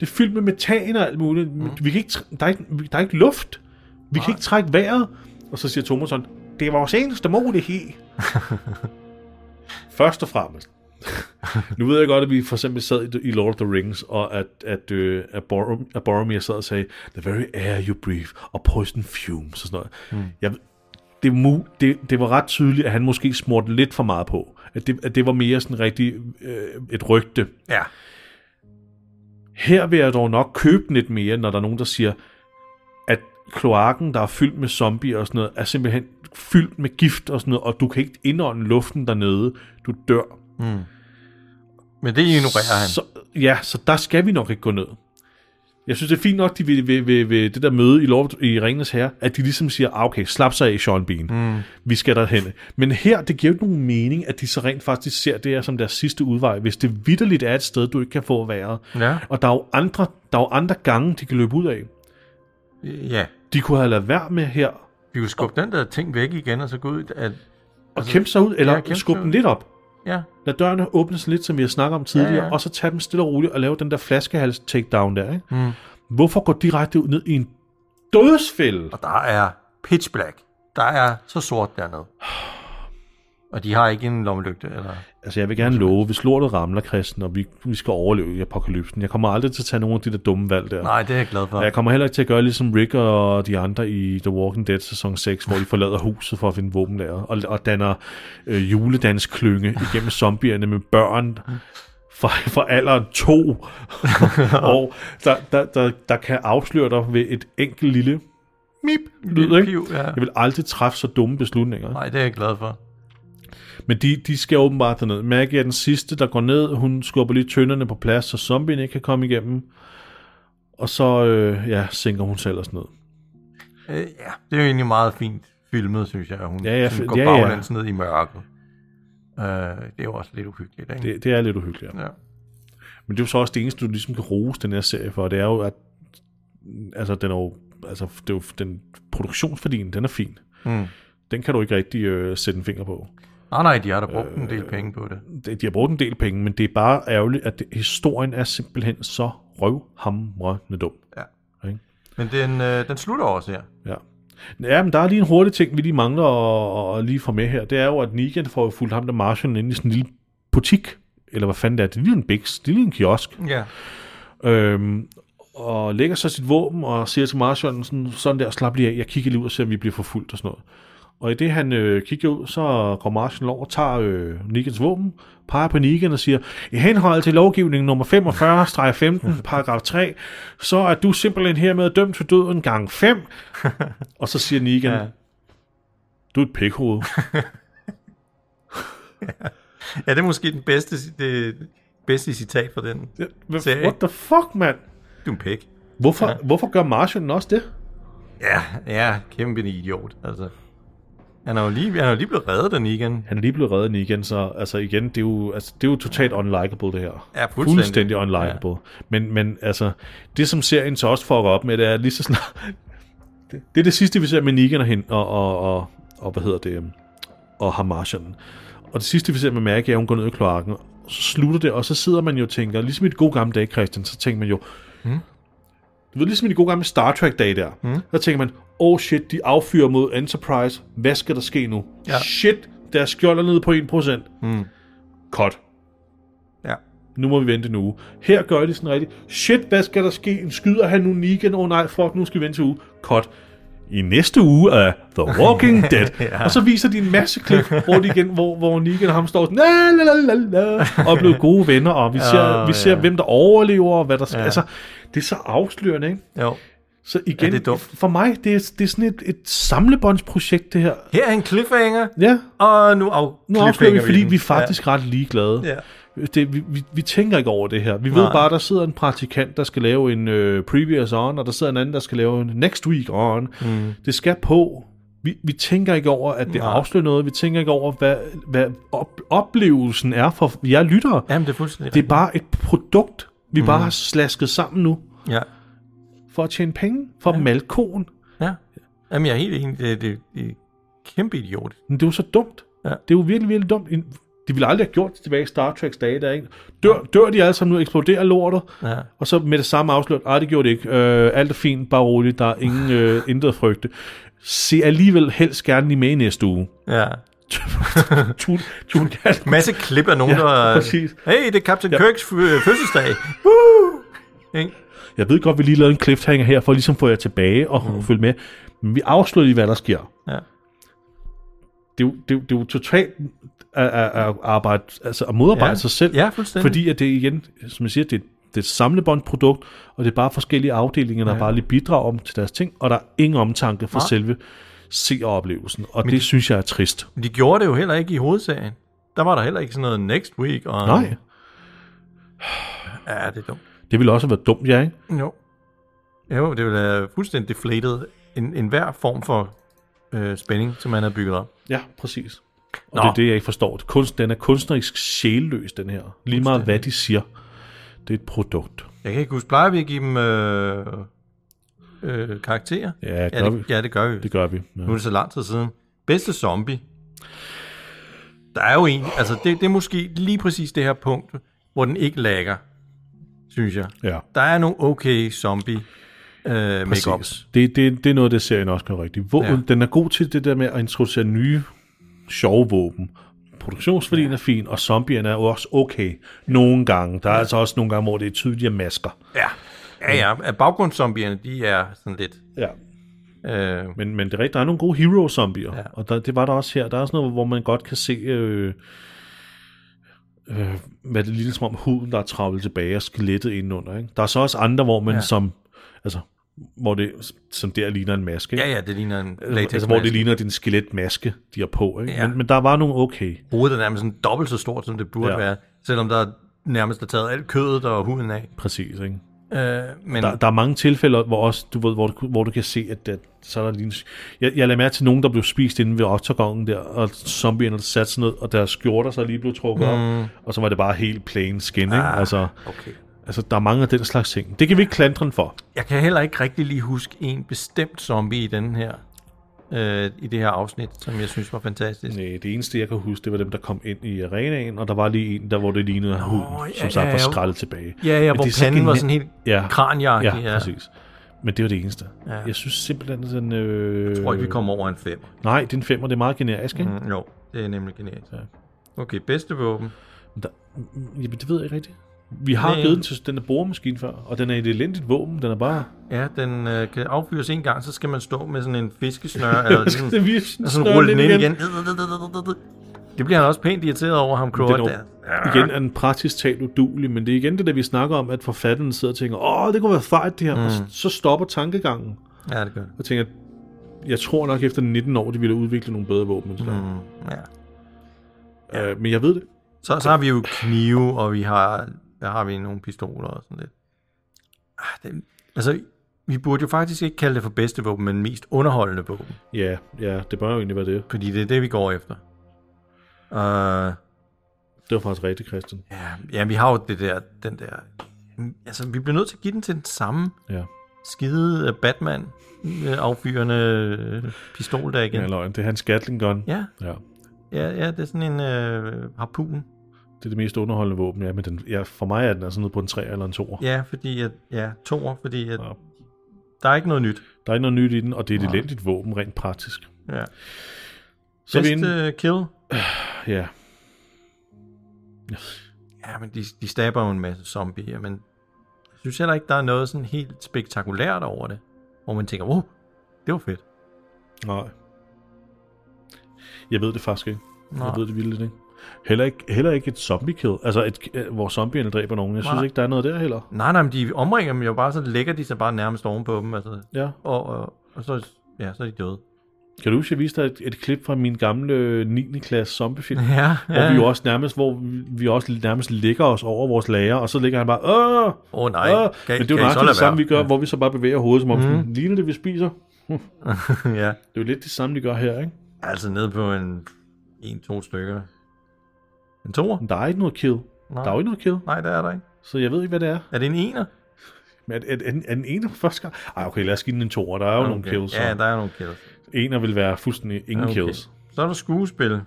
Speaker 1: er fyldt med metan og alt muligt. Vi kan ikke, tr- der, er ikke, vi- der er ikke luft. Vi kan ikke trække vejret. Og så siger Thomas sådan, det er vores eneste mulighed. Først og fremmest. nu ved jeg godt, at vi for eksempel sad i, i Lord of the Rings, og at, at, øh, at, Borom, at Boromir sad og sagde, the very air you breathe, og poison fumes og sådan noget. Mm. Jeg, det, mu, det, det var ret tydeligt, at han måske smurte lidt for meget på. At det, at det var mere sådan rigtig øh, et rygte.
Speaker 2: Ja.
Speaker 1: Her vil jeg dog nok købe den lidt mere, når der er nogen, der siger, at kloakken, der er fyldt med zombier og sådan noget, er simpelthen fyldt med gift og sådan noget, og du kan ikke indånde luften dernede. Du dør.
Speaker 2: Men det ignorerer han.
Speaker 1: Så, ja, så der skal vi nok ikke gå ned. Jeg synes, det er fint nok, de ved, ved, ved, ved det der møde i, Lord, i Ringens Herre, at de ligesom siger, ah, okay, slap sig af, Sean Bean. Mm. Vi skal derhen. Men her, det giver jo ikke nogen mening, at de så rent faktisk ser det her som deres sidste udvej, hvis det vidderligt er et sted, du ikke kan få været.
Speaker 2: Ja.
Speaker 1: Og der er jo andre, der er jo andre gange, de kan løbe ud af.
Speaker 2: Ja.
Speaker 1: De kunne have ladet være med her, og
Speaker 2: Vi kunne skubbe den der ting væk igen, og så gå ud at...
Speaker 1: altså, kæmpe sig ud, eller
Speaker 2: ja,
Speaker 1: ja,
Speaker 2: kæmpe sig
Speaker 1: skubbe
Speaker 2: ud.
Speaker 1: den lidt op.
Speaker 2: Ja.
Speaker 1: Lad dørene åbnes lidt, som vi har snakket om tidligere,
Speaker 2: Ja,
Speaker 1: ja,
Speaker 2: ja.
Speaker 1: ja. og så tage dem stille og roligt og lave den der flaskehals takedown der. Ikke? Mm. Hvorfor gå direkte ud ned i en dødsfælde?
Speaker 2: Og der er pitch black. Der er så sort dernede. Og de har ikke en lommelygte, eller...
Speaker 1: Altså, jeg vil gerne love, hvis lortet ramler, Christen, og vi, vi skal overleve i apokalypsen, jeg kommer aldrig til at tage nogen af de der dumme valg der.
Speaker 2: Nej, det er jeg glad for.
Speaker 1: Og jeg kommer heller ikke til at gøre ligesom Rick og de andre i The Walking Dead sæson 6, hvor de forlader huset for at finde våbenlager og, og danner øh, juledansklynge igennem zombierne med børn fra, fra alderen to og der, der, der, der kan afsløre dig ved et enkelt lille mip lyd,
Speaker 2: Lille
Speaker 1: ikke?
Speaker 2: piv, ja.
Speaker 1: Jeg vil aldrig træffe så dumme beslutninger.
Speaker 2: Nej, det er jeg glad for.
Speaker 1: Men de, de skal åbenbart derned. Maggie er den sidste, der går ned. Hun skubber lige tønderne på plads, så zombien ikke kan komme igennem. Og så øh, ja, sænker hun selv os ned.
Speaker 2: Øh, ja, det er jo egentlig meget fint filmet, synes jeg. at Hun
Speaker 1: Ja, ja,
Speaker 2: sådan
Speaker 1: f-
Speaker 2: går
Speaker 1: ja, ja.
Speaker 2: baglæns ned i mørket. Øh, det er jo også lidt uhyggeligt, ikke?
Speaker 1: Det, det er lidt uhyggeligt. Ja.
Speaker 2: Ja.
Speaker 1: Men det er jo så også det eneste, du ligesom kan rose den her serie for. Det er jo, at altså, den er jo, altså, det er jo, den produktionsværdien, den er fin.
Speaker 2: Mm.
Speaker 1: Den kan du ikke rigtig øh, sætte en finger på.
Speaker 2: Nej, nej, de har da brugt øh, en del penge på det.
Speaker 1: De de har brugt en del penge, men det er bare ærgerligt, at det, historien er simpelthen så røvhamrende dum.
Speaker 2: Ja.
Speaker 1: Ikke?
Speaker 2: Men den, øh, den slutter også her.
Speaker 1: Ja. Ja, men der er lige en hurtig ting, vi lige mangler at, at lige få med her. Det er jo, at Negan får jo fulgt ham der Martian ind i sådan en lille butik. Eller hvad fanden det er. Det ligner en biks. Det ligner en kiosk.
Speaker 2: Ja.
Speaker 1: Øhm, og lægger så sit våben og siger til Marshall sådan, sådan der, slap lige af, jeg kigger lige ud og ser, om vi bliver forfulgt og sådan noget. Og i det han øh, kigger ud, så går Marshall over og tager øh, Negans våben, peger på Negan og siger, i henhold til lovgivning nummer 45-15, paragraf 3, så er du simpelthen hermed dømt til døden gang 5. og så siger Negan, ja. du er et pikhoved.
Speaker 2: Ja, det er måske den bedste, det bedste citat fra den.
Speaker 1: Ja,
Speaker 2: Serie.
Speaker 1: hva- What the fuck, mand?
Speaker 2: Du er en pæk.
Speaker 1: Hvorfor, ja. hvorfor gør Marshall også det?
Speaker 2: Ja, ja, kæmpe en idiot, altså. Han er jo lige, han er jo lige blevet reddet den igen.
Speaker 1: Han er lige blevet reddet igen, så altså igen, det er jo, altså, det er jo totalt unlikable det her.
Speaker 2: Ja, fuldstændig.
Speaker 1: fuldstændig unlikable. Ja. Men, men altså, det som serien så også fucker op med, det er lige så snart... Det, det er det sidste, vi ser med Negan og, hende, og, og, og, og hvad hedder det, øhm, og Hamashan. Og det sidste, vi ser med Maggie, er, at hun går ned i kloakken, og
Speaker 2: Mm.
Speaker 1: så slutter det, og så sidder man jo og tænker, ligesom i et god gamle dag, Christian, så tænker man jo, Du ved, ligesom i de gode gamle Star Trek-dage der, mm. der tænker man, oh shit, de affyrer mod Enterprise. Hvad skal der ske nu?
Speaker 2: Ja.
Speaker 1: Shit, der skjolder ned på 1%.
Speaker 2: Mm.
Speaker 1: Cut.
Speaker 2: Ja.
Speaker 1: Nu må vi vente en uge. Her gør de sådan rigtigt. Shit, hvad skal der ske? En skyder han nu Negan? Åh oh, nej, fuck, nu skal vi vente en uge. Cut. I næste uge er The Walking Dead. ja. Og så viser de en masse klip, hvor, de igen, hvor, hvor Negan og ham står sådan, la, la, la, la, la, og er blevet gode venner, og vi ser,
Speaker 2: Åh,
Speaker 1: vi ser
Speaker 2: ja.
Speaker 1: hvem der overlever, og hvad der sker.
Speaker 2: Ja.
Speaker 1: Ja. Altså, det er så afslørende, ikke?
Speaker 2: Jo.
Speaker 1: Så igen,
Speaker 2: det er dumt.
Speaker 1: for mig, det er, det er sådan et, et samlebåndsprojekt, det her.
Speaker 2: Her er en cliffhanger,
Speaker 1: Ja,
Speaker 2: og nu, af,
Speaker 1: nu afslører vi,
Speaker 2: cliffhanger
Speaker 1: fordi
Speaker 2: den.
Speaker 1: vi er faktisk ja. ret ligeglade.
Speaker 2: Ja.
Speaker 1: Det, vi, vi, vi tænker ikke over det her. Vi Nej. ved
Speaker 2: Nej.
Speaker 1: bare, der sidder en praktikant, der skal lave en øh, previous on, og der sidder en anden, der skal lave en next week on. Mm. Det skal på. Vi, vi tænker ikke over, at det
Speaker 2: Nej.
Speaker 1: afslører noget. Vi tænker ikke over, hvad, hvad op, oplevelsen er for jer lyttere.
Speaker 2: Ja. Jamen, det er fuldstændig
Speaker 1: Det er bare et produkt, vi mm. bare har slasket sammen nu,
Speaker 2: rigtigt. Ja.
Speaker 1: for at tjene penge, for ja. malkoen.
Speaker 2: ja. Jamen, jeg er helt enig. Det, det, det er kæmpe idiot.
Speaker 1: Men det er jo så dumt.
Speaker 2: Ja.
Speaker 1: Det er jo virkelig, virkelig dumt. En- De ville aldrig have gjort det tilbage i Star Treks dage. Der, ikke? Dør, dør de alle sammen nu, eksploderer lortet,
Speaker 2: Ja.
Speaker 1: og så med det samme afsløret, nej, det gjorde det ikke. Øh, alt er fint, bare roligt, der er ingen, øh, intet at frygte. Se alligevel helst gerne lige med i næste uge.
Speaker 2: ja.
Speaker 1: Tun, tun, tun-
Speaker 2: Masse klip af nogen,
Speaker 1: Ja,
Speaker 2: der...
Speaker 1: præcis.
Speaker 2: Hey, det er Captain ja. Kirks fø- fødselsdag. Woo! Ikke?
Speaker 1: jeg ved godt, vi lige lavede en cliffhanger her, for at ligesom få jer tilbage og mm. følge med. Men vi afslører lige, hvad der sker.
Speaker 2: Ja.
Speaker 1: Det er jo, det er jo, det er jo totalt at, at, at, arbejde, altså at modarbejde
Speaker 2: Ja.
Speaker 1: sig selv.
Speaker 2: Ja, fuldstændig.
Speaker 1: Fordi at det igen, som jeg siger, det, er- det er et samlebåndprodukt, og det er bare forskellige afdelinger, der ja. bare lige bidrager om til deres ting, og der er ingen omtanke for
Speaker 2: Nej.
Speaker 1: selve seeroplevelsen, og det synes jeg er trist.
Speaker 2: Men de gjorde det jo heller ikke i hovedserien. Der var der heller ikke sådan noget next week. Og...
Speaker 1: Nej,
Speaker 2: Ja, det er dumt.
Speaker 1: det ville også have været dumt, ja, ikke?
Speaker 2: Jo. Jo, det ville have fuldstændig deflated en, en hver form for øh, spænding, som man havde bygget op.
Speaker 1: Ja, præcis. Og Nå.
Speaker 2: Nå.
Speaker 1: det er det, jeg ikke forstår. Kunst, den er kunstnerisk sjælløs, den her. Lige meget hvad de siger. Det er et produkt.
Speaker 2: Jeg kan ikke huske, plejer vi at give dem øh, øh, karakterer?
Speaker 1: Ja,
Speaker 2: ja,
Speaker 1: gør vi.
Speaker 2: det, ja, det gør vi.
Speaker 1: Det gør vi. Ja.
Speaker 2: Nu er det så lang tid siden. Bedste zombie. Der er jo en, altså det, det er måske lige præcis det her punkt, hvor den ikke lægger, synes jeg.
Speaker 1: ja.
Speaker 2: Der er nogle okay zombie øh, makeups.
Speaker 1: Præcis. Det, det, det er noget, det serien også gør rigtigt. Våben,
Speaker 2: Ja.
Speaker 1: ja. Den er god til det der med at introducere nye, sjove våben. Produktionsværdien ja. er fin, og zombierne er jo også okay. Nogle gange. Der er ja. altså også nogle gange, hvor det er tydelige masker.
Speaker 2: Ja, ja, ja. At Baggrundzombierne, de er sådan lidt...
Speaker 1: Ja.
Speaker 2: Øh,
Speaker 1: Men, men det er rigtigt, der er nogle gode hero-zombier.
Speaker 2: Ja.
Speaker 1: Ja. Og der, det var der også her. Der er sådan noget, hvor man godt kan se, øh, øh, hvad det ligner som om huden, der er travlet tilbage og skelettet indenunder. Ikke? Der er så også andre, hvor man
Speaker 2: Ja.
Speaker 1: ja. som... Altså, hvor det, som der ligner en maske. ikke?
Speaker 2: ja, ja, det ligner en latex.
Speaker 1: Altså, hvor det ligner din skeletmaske, de har på. Ikke?
Speaker 2: Ja.
Speaker 1: Ja. Men, men der var nogle okay.
Speaker 2: Hovedet er nærmest sådan dobbelt så stort, som det burde ja.
Speaker 1: Ja.
Speaker 2: være, selvom der nærmest er taget alt kødet og huden af.
Speaker 1: Præcis, ikke?
Speaker 2: Øh, men
Speaker 1: Der, der er mange tilfælde, hvor, også, du, ved, hvor, du, hvor du kan se, at, at så er der lige en, jeg, jeg lader mærke til nogen, der blev spist inde ved oktagongen der, og zombierne der satte sig ned, og deres skjorter så lige blev trukket mm. op, og så var det bare helt plain skin, ikke?
Speaker 2: Ah.
Speaker 1: Altså,
Speaker 2: okay.
Speaker 1: altså, der er mange af den slags ting. Det kan vi ikke klandre den for.
Speaker 2: Jeg kan heller ikke rigtig lige huske en bestemt zombie i den her øh, i det her afsnit, som jeg synes var fantastisk.
Speaker 1: Næ, det eneste, jeg kan huske, det var dem, der kom ind i arenaen, og der var lige en, der hvor det lignede at huden,
Speaker 2: Nå, ja,
Speaker 1: oh, som
Speaker 2: ja,
Speaker 1: sagt var
Speaker 2: ja.
Speaker 1: skrællet tilbage.
Speaker 2: Ja, ja,
Speaker 1: Men
Speaker 2: hvor
Speaker 1: det er så
Speaker 2: panden var
Speaker 1: genialt.
Speaker 2: sådan helt ja.
Speaker 1: Ja.
Speaker 2: kranjagtig.
Speaker 1: Ja, ja, præcis. Men det var det eneste. Ja. Jeg synes simpelthen, at den... Øh...
Speaker 2: Jeg tror ikke, vi kommer over en fem.
Speaker 1: Nej, det er en femmer. Det er meget generisk, ikke? Mm.
Speaker 2: Mm, jo, det er nemlig genialt.
Speaker 1: Ja.
Speaker 2: Okay, bedste våben.
Speaker 1: Der...
Speaker 2: Mm-hmm.
Speaker 1: Jamen, det ved jeg ikke rigtigt. Vi har
Speaker 2: Nej.
Speaker 1: givet den til den der boremaskine før, og den er et elendigt våben. Den er bare...
Speaker 2: Ja, den øh, kan affyres en gang, så skal man stå med sådan en fiskesnøre, eller ligesom,
Speaker 1: Skal vi
Speaker 2: og sådan
Speaker 1: snøre
Speaker 2: rulle den ind igen. Det bliver han også pænt irriteret over, ham
Speaker 1: Den
Speaker 2: Croat.
Speaker 1: er, igen er den praktisk talt udulig, men det er igen det, der vi snakker om, at forfatteren sidder og tænker, åh, det kunne være fejt det her, mm. og s- så stopper tankegangen.
Speaker 2: Ja, det gør det.
Speaker 1: Og tænker, jeg tror nok efter 19 år, de ville have udviklet nogle bedre våben. end det der.
Speaker 2: Mm, ja. Mm.
Speaker 1: Øh, men jeg ved det.
Speaker 2: Så, så har vi jo knive, og vi har, der har vi nogle pistoler og sådan lidt. Ah, det, altså, vi burde jo faktisk ikke kalde det for bedste våben, men mest underholdende våben.
Speaker 1: Ja, ja, det bør jo egentlig være det.
Speaker 2: Fordi det er det, vi går efter. Uh,
Speaker 1: Det var faktisk rigtigt, Christian.
Speaker 2: ja, ja, vi har jo det der, den der... Altså, vi bliver nødt til at give den til den samme
Speaker 1: Ja.
Speaker 2: skide øh, Batman øh, affyrende øh, pistol der
Speaker 1: Ja,
Speaker 2: igen.
Speaker 1: løgn. Det er hans Gatling Gun.
Speaker 2: Ja,
Speaker 1: ja.
Speaker 2: ja, ja, det er sådan en øh, harpun.
Speaker 1: Det er det mest underholdende våben, ja. Men den, ja, for mig er den altså nede på en 3 eller en 2.
Speaker 2: Ja, fordi at, ja, toer, fordi at,
Speaker 1: Ja.
Speaker 2: Der er ikke noget nyt.
Speaker 1: Der er ikke noget nyt i den, og det er et elendigt våben rent praktisk.
Speaker 2: Ja.
Speaker 1: Så er vi
Speaker 2: Best,
Speaker 1: inde...
Speaker 2: øh, kill.
Speaker 1: Ja.
Speaker 2: Ja, men de, de staber jo en masse zombier, men jeg synes heller ikke, der er noget sådan helt spektakulært over det, hvor man tænker, wow, det var fedt.
Speaker 1: Nej. Jeg ved det faktisk ikke. Nej. Jeg
Speaker 2: Nej.
Speaker 1: ved det vildt ikke. Heller ikke, heller ikke et zombie-kill, altså et, øh, hvor zombierne dræber nogen. Jeg synes
Speaker 2: Nej.
Speaker 1: ikke, der er noget der heller.
Speaker 2: Nej, nej, men de omringer dem jo bare, så lægger de sig bare nærmest ovenpå dem, altså,
Speaker 1: Ja.
Speaker 2: og, og, og så, ja, så er de døde.
Speaker 1: Kan du huske, jeg viste dig et, et klip fra min gamle øh, 9. klasse zombiefilm?
Speaker 2: Ja,
Speaker 1: Hvor
Speaker 2: ja.
Speaker 1: vi jo også nærmest, hvor vi- vi også nærmest ligger os over vores lager, og så ligger han bare, åh,
Speaker 2: Åh oh, nej,
Speaker 1: åh.
Speaker 2: kan,
Speaker 1: Men det er jo
Speaker 2: kan I så
Speaker 1: nøjagtigt
Speaker 2: lade
Speaker 1: det samme, vi
Speaker 2: være? Mhm.
Speaker 1: gør, hvor vi så bare bevæger hovedet, som om mm. ligner det, vi spiser.
Speaker 2: ja,
Speaker 1: Det er jo lidt det samme, de gør her, ikke?
Speaker 2: altså ned på en, en, to stykker. En toer?
Speaker 1: Men der er ikke noget kill.
Speaker 2: Nej.
Speaker 1: Der er jo ikke noget kill,
Speaker 2: Nej, der er der ikke.
Speaker 1: så jeg ved ikke, hvad det er.
Speaker 2: Er det en ener?
Speaker 1: Men er, er, er, er den ene første gang? Ej, okay, lad os give den en toer. Der er jo okay. nogle kills.
Speaker 2: Ja,
Speaker 1: Ja,
Speaker 2: der er nogle kills.
Speaker 1: Ener vil være fuldstændig ingen
Speaker 2: Okay.
Speaker 1: okay. kills.
Speaker 2: Så er der skuespil.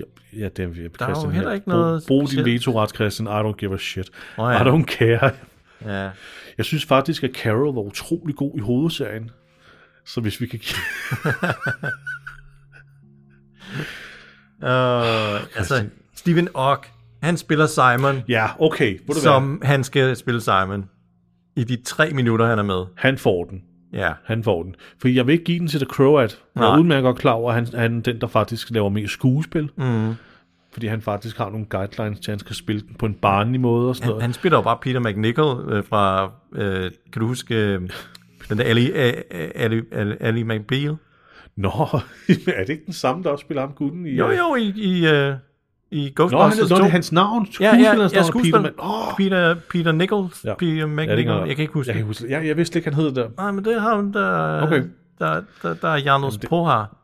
Speaker 1: Ja, ja det er vi.
Speaker 2: Der er jo heller ikke
Speaker 1: brug,
Speaker 2: noget
Speaker 1: Brug din
Speaker 2: specielt.
Speaker 1: veto-ret, Christian. I don't give a shit.
Speaker 2: Nå
Speaker 1: I
Speaker 2: ja,
Speaker 1: don't care.
Speaker 2: ja.
Speaker 1: Jeg synes faktisk, at Carol var utrolig god i hovedserien. Så hvis vi kan give...
Speaker 2: Øh, altså, Stephen Ock, han spiller Simon,
Speaker 1: Ja, okay. Ved du Som...
Speaker 2: som han skal spille Simon i de tre minutter, han er med.
Speaker 1: Han får den.
Speaker 2: Ja,
Speaker 1: Han får den. For jeg vil ikke give den til The Croat. Jeg er
Speaker 2: Nej.
Speaker 1: udmærket godt klar over, at han, han er den, der faktisk laver mest skuespil.
Speaker 2: Mhm.
Speaker 1: Fordi han faktisk har nogle guidelines til, at han skal spille den på en barnlig måde og sådan
Speaker 2: han,
Speaker 1: noget.
Speaker 2: han spiller jo bare Peter McNichol øh, fra, øh, kan du huske, øh, den der Ali, øh, øh, Ali, Ali, Ali McBeal?
Speaker 1: Nå, er det ikke den samme, der også spiller ham gutten i...
Speaker 2: Jo, jo, i, i, øh, i
Speaker 1: Nå, han,
Speaker 2: Ghostbusters
Speaker 1: nå,
Speaker 2: 2.
Speaker 1: det er hans navn.
Speaker 2: ja, ja, ja,
Speaker 1: Skuespillerens navn er Peter,
Speaker 2: skuespiller.
Speaker 1: men... Åh,
Speaker 2: Peter, Peter Nichols,
Speaker 1: Ja.
Speaker 2: ja. Peter
Speaker 1: Ja, det er
Speaker 2: McNichol,
Speaker 1: ikke
Speaker 2: jeg kan ikke huske
Speaker 1: jeg,
Speaker 2: det.
Speaker 1: kan huske, det. jeg, jeg vidste ikke, han hed det der.
Speaker 2: Nej, men det er ham, der,
Speaker 1: Okay.
Speaker 2: der, der, der er Janus
Speaker 1: det-
Speaker 2: det... Pohar.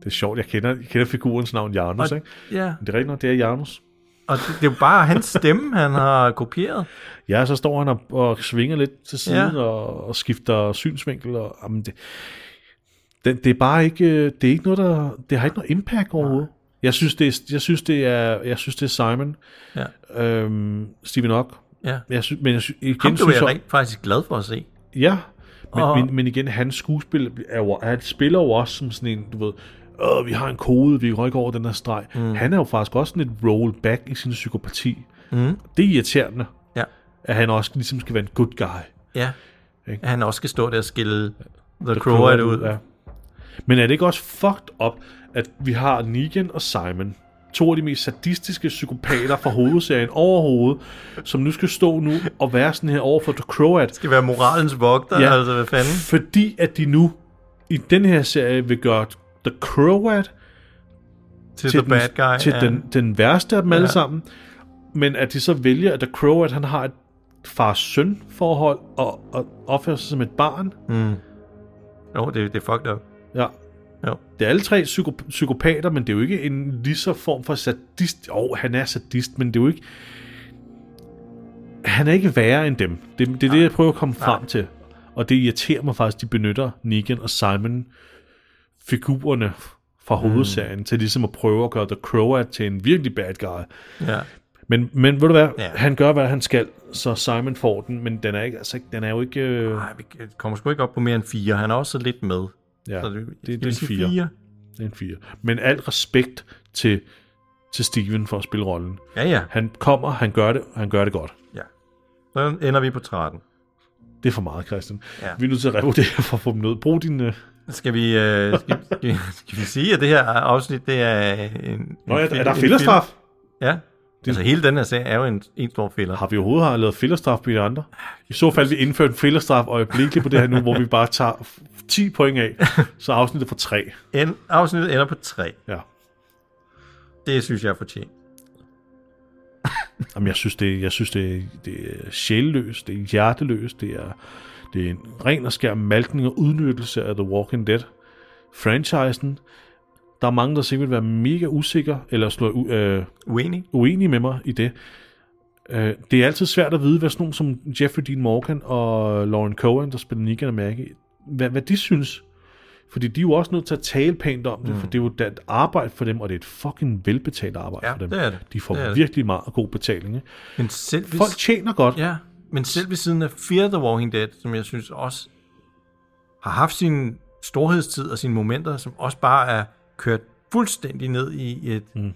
Speaker 1: Det er sjovt, jeg kender, jeg kender figurens navn Janus,
Speaker 2: Og-
Speaker 1: ikke?
Speaker 2: Ja,
Speaker 1: Men det er rigtigt nok, det er Janus.
Speaker 2: og det, det er jo bare hans stemme, han har kopieret.
Speaker 1: Ja, så står han og, og svinger lidt til siden
Speaker 2: Ja.
Speaker 1: ja. og, og skifter synsvinkel. Og, jamen det, det, det er bare ikke, øh, det er ikke noget, der, det har ikke noget impact overhovedet. Jeg synes, det er, jeg synes, det er, jeg synes, det er Simon,
Speaker 2: Ja,
Speaker 1: øhm, Stephen Ock.
Speaker 2: ja.
Speaker 1: Jeg synes, men jeg synes, igen,
Speaker 2: Ham blev
Speaker 1: synes
Speaker 2: jeg
Speaker 1: jeg-
Speaker 2: rent faktisk glad for at se.
Speaker 1: Ja, men,
Speaker 2: Og-
Speaker 1: og... men, men igen, hans skuespil, er jo, han spiller jo også som sådan en, du ved, Åh, vi har en kode, vi rykker over den her streg. Mm. Han er jo faktisk også sådan et rollback i sin psykopati.
Speaker 2: Mm.
Speaker 1: Det er irriterende,
Speaker 2: Ja,
Speaker 1: at han også ligesom skal være en good guy.
Speaker 2: ja.
Speaker 1: Ikke?
Speaker 2: At han også skal stå der og skille The, The
Speaker 1: Prøver
Speaker 2: Crow
Speaker 1: det
Speaker 2: ud.
Speaker 1: ja. Men er det ikke også fucked up, at vi har Negan og Simon, to af de mest sadistiske psykopater fra hovedserien overhovedet, som nu skal stå nu og være sådan her over for The Croat,
Speaker 2: Skal være moralens vogter, ja. altså hvad fanden?
Speaker 1: Fordi at de nu i den her serie vil gøre The Croat
Speaker 2: Til, til The Bad Guy.
Speaker 1: til
Speaker 2: ja.
Speaker 1: den, den værste af dem alle
Speaker 2: Ja.
Speaker 1: sammen. Men at de så vælger, at The Croat han har et far-søn forhold og, og opfører sig som et barn.
Speaker 2: Mm. Jo, det, det er fucked up.
Speaker 1: Ja.
Speaker 2: Jo.
Speaker 1: Det er alle tre psyko- psykopater, men det er jo ikke en lige så form for sadist. Jo, oh, han er sadist, men det er jo ikke... Han er ikke værre end dem. Det, det er det, jeg prøver at komme frem til. Og det irriterer mig faktisk, at de benytter Negan og Simon figurerne fra hovedserien mm. til ligesom at prøve at gøre The Croat til en virkelig bad guy.
Speaker 2: Ja.
Speaker 1: Men, men ved du hvad,
Speaker 2: Ja.
Speaker 1: ja. han gør, hvad han skal, så Simon får den, men den er, ikke, altså, ikke- den er jo ikke... Øh,
Speaker 2: Nej, vi kommer sgu ikke op på mere end fire. Han er også lidt med.
Speaker 1: ja,
Speaker 2: Så
Speaker 1: det, det,
Speaker 2: skal
Speaker 1: det
Speaker 2: vi
Speaker 1: er en
Speaker 2: sige
Speaker 1: fire. Det er en fire. Men alt respekt til, til Steven for at spille rollen.
Speaker 2: Ja, ja.
Speaker 1: Han kommer, han gør det, han gør det godt.
Speaker 2: ja. Så ender vi på 13.
Speaker 1: Det er for meget, Christian.
Speaker 2: Ja.
Speaker 1: Ja. Vi er nødt til at revurdere for at få dem ned. Brug din... Øh...
Speaker 2: Skal vi, øh, skal, skal, skal vi sige, at det her afsnit, det er en...
Speaker 1: Nå,
Speaker 2: en
Speaker 1: er,
Speaker 2: fil-
Speaker 1: er der
Speaker 2: en
Speaker 1: fillerstraf?
Speaker 2: film? Ja. Altså hele den her serie er jo en, en stor filler.
Speaker 1: Har vi overhovedet har lavet fillerstraf på de andre? I så fald vi indfører en fillerstraf øjeblikkeligt på det her nu, hvor vi bare tager f- 10 point af, så afsnittet for 3.
Speaker 2: En, afsnittet ender på 3.
Speaker 1: Ja.
Speaker 2: Det synes jeg er fortjent.
Speaker 1: Jamen, jeg synes, det, jeg synes det, det er sjælløst, det er hjerteløst, det er, det er en ren og skær malkning og udnyttelse af The Walking Dead. Franchisen, der er mange, der sikkert vil være mega usikre, eller slå u- øh,
Speaker 2: Uenig?
Speaker 1: uenige med mig i det. Øh, det er altid svært at vide, hvad sådan nogen som Jeffrey Dean Morgan og Lauren Cohen, der spiller Negan og Maggie, hvad, hvad de synes. Fordi de er jo også nødt til at tale pænt om det, mm. for det er jo da et arbejde for dem, og det er et fucking velbetalt arbejde
Speaker 2: Ja,
Speaker 1: for dem.
Speaker 2: det er det.
Speaker 1: De får
Speaker 2: Det er det.
Speaker 1: virkelig meget god betaling. Ikke?
Speaker 2: Men selv hvis...
Speaker 1: Folk tjener godt.
Speaker 2: Ja, Men selv ved siden af Fear the Walking Dead, som jeg synes også har haft sin storhedstid og sine momenter, som også bare er kørt fuldstændig ned i et, mm.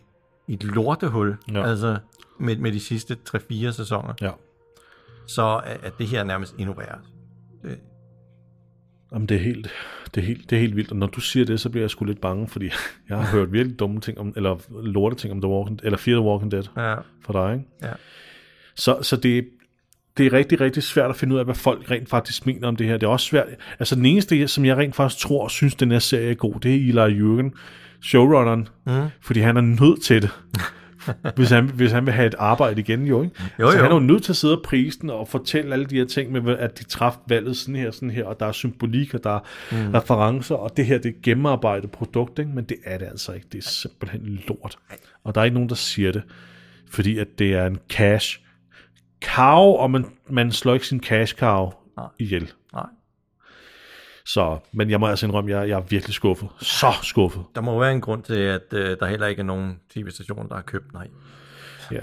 Speaker 2: i et lortehul,
Speaker 1: Ja.
Speaker 2: ja. altså med, med de sidste 3-4 sæsoner,
Speaker 1: Ja.
Speaker 2: så er, er det her nærmest endnu værre. Det,
Speaker 1: Jamen, det er, helt, det, er helt, det er helt vildt, og når du siger det, så bliver jeg sgu lidt bange, fordi jeg har hørt virkelig dumme ting om, eller lorte ting om The Walking, eller Fear the Walking Dead
Speaker 2: ja,
Speaker 1: for dig, ikke?
Speaker 2: ja.
Speaker 1: Så, så det, det er rigtig, rigtig svært at finde ud af, hvad folk rent faktisk mener om det her. Det er også svært. Altså den eneste, som jeg rent faktisk tror og synes, den her serie er god, det er Eli Jürgen, showrunneren, mm. fordi han er nødt til det. hvis, han, hvis han vil have et arbejde igen, jo ikke?
Speaker 2: Jo,
Speaker 1: så
Speaker 2: jo.
Speaker 1: han er jo nødt til at sidde og prise den og fortælle alle de her ting med, at de traf valget sådan her, sådan her, og der er symbolik, og der er mm. referencer, og det her, det er et gennemarbejdet produkt, ikke? Men det er det altså ikke. Det er simpelthen lort. Og der er ikke nogen, der siger det, fordi at det er en cash cow, og man, man slår ikke sin cash cow
Speaker 2: Nej.
Speaker 1: ihjel.
Speaker 2: Nej.
Speaker 1: Så, men jeg må altså indrømme, jeg, jeg er virkelig skuffet. Så skuffet.
Speaker 2: Der må være en grund til, at øh, der heller ikke er nogen tv-stationer, der har købt den her.
Speaker 1: Ja.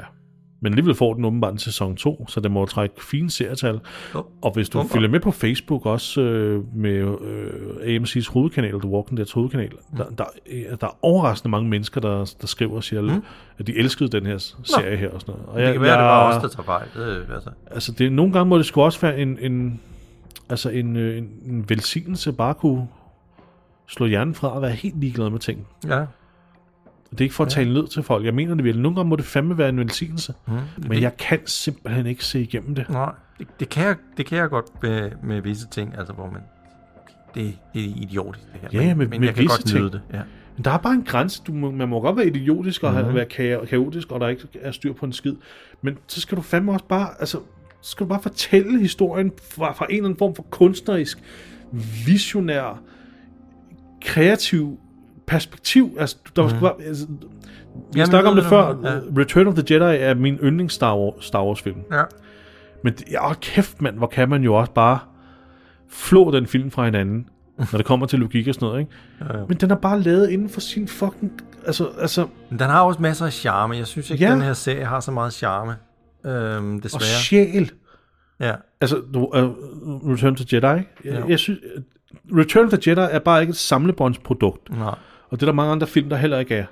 Speaker 1: Men alligevel får den åbenbart en sæson 2, så den må jo trække fine serietal.
Speaker 2: Jo.
Speaker 1: Og hvis du
Speaker 2: Åbenbart.
Speaker 1: følger med på Facebook også øh, med øh, AMC's hovedkanal, The Walking Dead's hovedkanal, mm. der, der, er- der er overraskende mange mennesker, der, der skriver og siger, mm. at de elskede den her s- serie her og sådan noget. Og
Speaker 2: Det kan være, det var os, der tager fejl. Det, øh, altså.
Speaker 1: altså det, nogle gange må det sgu også være en, en, altså en, øh, en, en velsignelse bare at kunne slå hjernen fra og være helt ligeglad med ting.
Speaker 2: Ja,
Speaker 1: Og Det er ikke for at tale ned til folk. Jeg mener det virkelig. Nogle gange må det fandme være en velsignelse. Mm. Men jeg kan simpelthen ikke se igennem det.
Speaker 2: nej. Det, det, kan, jeg, det kan jeg godt med, med visse ting, altså hvor man... Det, det er idiotisk, det her.
Speaker 1: Ja,
Speaker 2: men,
Speaker 1: med-
Speaker 2: men
Speaker 1: med
Speaker 2: jeg kan
Speaker 1: visse
Speaker 2: godt nyde
Speaker 1: ting.
Speaker 2: det. Ja.
Speaker 1: Men der er bare en grænse. Du må, man må godt være idiotisk og
Speaker 2: Mhm.
Speaker 1: mm. være ka- kaotisk, og der ikke er styr på en skid. Men så skal du fandme også bare... Altså, så skal du bare fortælle historien fra, fra en eller anden form for kunstnerisk, visionær, kreativ perspektiv. Altså, der mm. bare, altså, vi
Speaker 2: Mhm. Jamen,
Speaker 1: Jamen, snakker om
Speaker 2: jeg
Speaker 1: det
Speaker 2: ved,
Speaker 1: før.
Speaker 2: hvad du
Speaker 1: Return of the Jedi er min yndlings Star Wars, Star Wars film.
Speaker 2: ja.
Speaker 1: Men det- ja, åh, kæft mand, hvor kan man jo også bare flå den film fra hinanden, når det kommer til logik og sådan noget, ikke? Ja, ja. Men den er bare lavet inden for sin fucking... Altså, altså,
Speaker 2: Men den har også masser af charme. Jeg synes ikke,
Speaker 1: Ja.
Speaker 2: ja. den her serie har så meget charme. Øhm,
Speaker 1: og
Speaker 2: desværre.
Speaker 1: sjæl.
Speaker 2: ja.
Speaker 1: Altså, du, uh, Return to Jedi. Jeg, ja.
Speaker 2: Ja.
Speaker 1: jeg synes, Return to Jedi er bare ikke et samlebåndsprodukt.
Speaker 2: Nej.
Speaker 1: Og det er der mange andre film, der heller ikke er.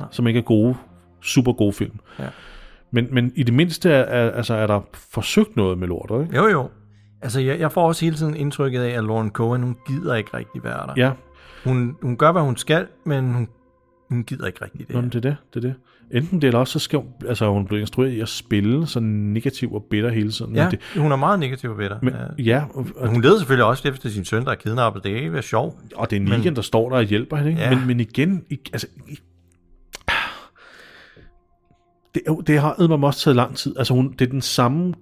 Speaker 1: Nej. Som ikke er gode, super gode film.
Speaker 2: Ja.
Speaker 1: Men, men i det mindste er, er, altså, er der forsøgt noget med lortet, ikke?
Speaker 2: Jo, jo. Altså, jeg, jeg får også hele tiden indtrykket af, at Lauren Cohen, hun gider ikke rigtig være der.
Speaker 1: Ja,
Speaker 2: Hun, hun gør, hvad hun skal, men hun, hun gider ikke rigtig det.
Speaker 1: Nå, men det er det, det er det. Enten det, eller også så skal hun, altså, er hun blevet instrueret i at spille så negativ og bitter hele tiden.
Speaker 2: ja,
Speaker 1: Men det,
Speaker 2: hun er meget negativ ved dig.
Speaker 1: men,
Speaker 2: ja.
Speaker 1: ja, og, og-
Speaker 2: Hun leder selvfølgelig også efter sin søn, der er kidnappet. Det kan ikke være sjovt.
Speaker 1: og det er Negan, der står der og hjælper hende. Ikke?
Speaker 2: Ja.
Speaker 1: Men, men igen, i- altså, i- det, er jo- det har eddermame også taget lang tid. Altså, hun, det er den samme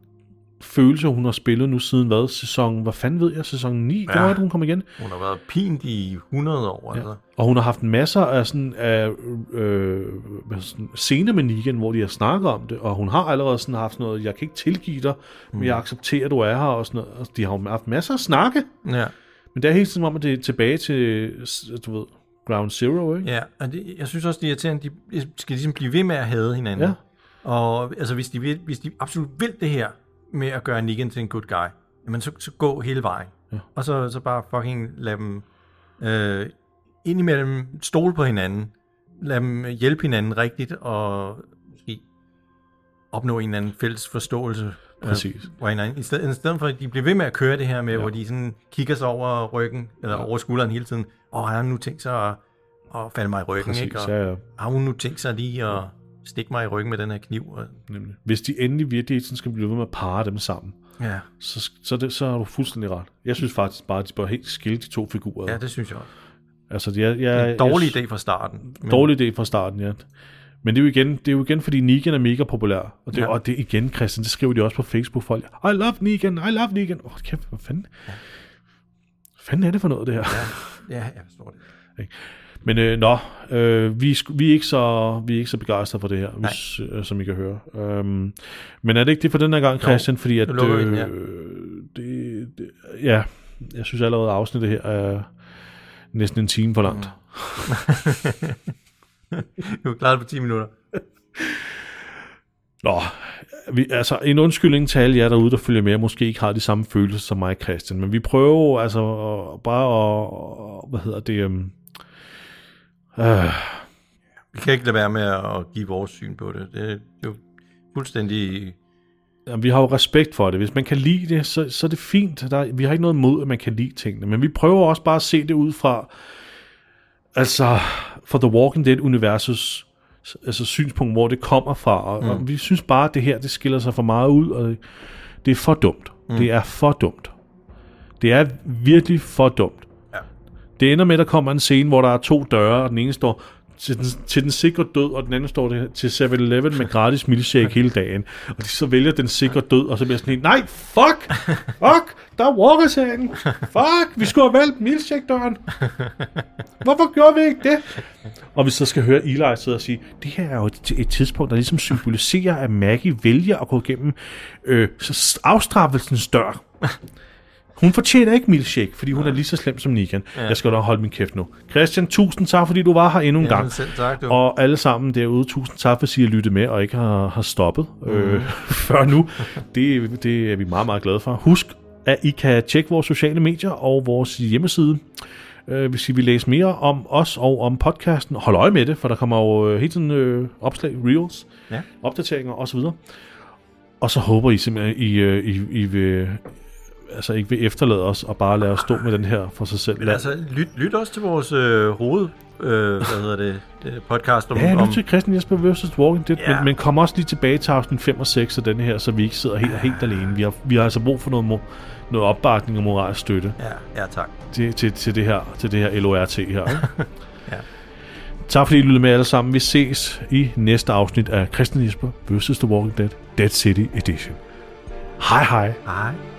Speaker 1: følelse, hun har spillet nu siden hvad? Sæson, hvad fanden ved jeg? Sæson 9, ja.
Speaker 2: Ja.
Speaker 1: var det, hun kom igen?
Speaker 2: Hun har været pint i 100 år. Ja. Altså.
Speaker 1: Og hun har haft masser af, sådan, af øh, hvad sådan, scener med Negan, hvor de har snakket om det, og hun har allerede sådan haft sådan noget, jeg kan ikke tilgive dig, men
Speaker 2: Mm.
Speaker 1: jeg accepterer, at du er her, og sådan noget. Og de har jo haft masser af snakke,
Speaker 2: Ja.
Speaker 1: men det er hele tiden om, at det er tilbage til, s- du ved, ground zero, ikke?
Speaker 2: ja, og det, jeg synes også, det er irriterende, at de skal ligesom blive ved med at hade hinanden.
Speaker 1: Ja.
Speaker 2: Og altså, hvis de, vil, hvis de absolut vil det her med at gøre Negan til en good guy, jamen så, så gå hele vejen. Ja. Og så, så bare fucking lad dem øh, indimellem stole på hinanden. Lad dem hjælpe hinanden rigtigt og måske opnå en eller anden fælles forståelse.
Speaker 1: Præcis.
Speaker 2: Øh, hvor hinanden, i, stedet, i stedet for, at de bliver ved med at køre det her med, ja. hvor de sådan kigger sig over ryggen, eller ja. over skulderen hele tiden. Åh, har han nu tænkt sig at, at falde mig i ryggen? ikke?
Speaker 1: Præcis,
Speaker 2: Og,
Speaker 1: ja, ja,
Speaker 2: har hun nu tænkt sig lige at stikke mig i ryggen med den her kniv? Og,
Speaker 1: nemlig. Hvis de endelig virkelig sådan skal blive ved med at parre dem sammen,
Speaker 2: ja.
Speaker 1: så, så, er det, så har du fuldstændig ret. Jeg synes faktisk bare, at de bør helt skille de to figurer.
Speaker 2: ja,
Speaker 1: ad.
Speaker 2: det synes jeg også.
Speaker 1: altså, jeg, jeg,
Speaker 2: En dårlig
Speaker 1: jeg,
Speaker 2: idé fra starten. Men,
Speaker 1: Dårlig idé fra starten, ja. Men det er jo igen, det er jo igen fordi Negan er mega populær. Og det, ja.
Speaker 2: Ja.
Speaker 1: og det er igen, Christian, det skriver de også på Facebook, folk. I love Negan, I love Negan. Åh, oh, kæft, hvad fanden? Ja. fanden er det for noget, det her? Ja.
Speaker 2: Ja, jeg forstår det.
Speaker 1: Men øh, nå, øh, vi, er sku- vi, er ikke så, vi er ikke så begejstrede for det her, hvis, øh, som I kan høre. Øhm, men er det ikke det for den her gang, Christian? fordi at, øh,
Speaker 2: nu lukker vi den, ja.
Speaker 1: det, det, ja, jeg synes allerede, at afsnittet her er næsten en time for langt. Mm.
Speaker 2: Du er klar på 10 minutter.
Speaker 1: Nå, vi, altså en undskyldning til alle jer derude, der følger med, og måske ikke har de samme følelser som mig og Christian, men vi prøver jo altså at- bare at, hvad hedder det, øhm, øh,
Speaker 2: Vi kan ikke lade være med at give vores syn på det. Det er jo fuldstændig...
Speaker 1: Jamen, vi har jo respekt for det. Hvis man kan lide det, så, så er det fint. Der, vi har ikke noget mod, at man kan lide tingene. Men vi prøver også bare at se det ud fra, altså, fra The Walking Dead-universets altså, synspunkt, hvor det kommer fra. Og, mm. og vi synes bare, at det her, det skiller sig for meget ud, og det er for dumt. Mm. Det er for dumt. Det er virkelig for dumt.
Speaker 2: Ja.
Speaker 1: Det ender med, at der kommer en scene, hvor der er to døre, og den ene står til den, til den sikre død, og den anden står det- til 7-Eleven med gratis milkshake hele dagen. Og de så vælger den sikre død, og så bliver jeg sådan helt, nej, fuck, fuck, der er walkers herinde. Fuck, vi skulle have valgt milkshake-døren. Hvorfor gjorde vi ikke det? Og vi så skal høre Eli sidde og sige, det her er jo et, et tidspunkt, der ligesom symboliserer, at Maggie vælger at gå igennem øh, så s- afstraffelsens dør. Hun fortjener ikke milkshake, fordi hun er lige så slem som Nikan. Jeg skal da holde min kæft nu. Christian, tusind tak, fordi du var her endnu en gang.
Speaker 2: Jamen, selv tak, du.
Speaker 1: Og alle sammen derude, tusind tak, fordi I har lyttet med og ikke har, har stoppet
Speaker 2: Mm.
Speaker 1: øh, før nu. Det, det er vi meget, meget glade for. Husk, at I kan tjekke vores sociale medier og vores hjemmeside, øh, hvis I vil læse mere om os og om podcasten. Hold øje med det, for der kommer jo øh, hele tiden øh, opslag, reels,
Speaker 2: Ja.
Speaker 1: opdateringer osv. Og så håber I simpelthen, I, øh, I, I vil, altså ikke vil efterlade os og bare lade os stå med den her for sig selv.
Speaker 2: Men altså, lyt, lyt også til vores øh, hoved... Øh, hvad hedder det? det podcast om...
Speaker 1: Ja,
Speaker 2: om
Speaker 1: lyt til Christian Jesper vs. Walking Dead,
Speaker 2: Ja.
Speaker 1: men, men kom også lige tilbage til afsnit 5 og 6 og den her, så vi ikke sidder helt, helt alene. Vi har, vi har altså brug for noget, mo- noget opbakning og moralsk støtte
Speaker 2: ja, ja, tak.
Speaker 1: til, til, til, det her, til det her LORT her. ikke?
Speaker 2: Ja.
Speaker 1: Tak fordi I lyttede med alle sammen. Vi ses i næste afsnit af Christian Jesper vs. The Walking Dead, Dead City Edition. Hej hej.
Speaker 2: Hej.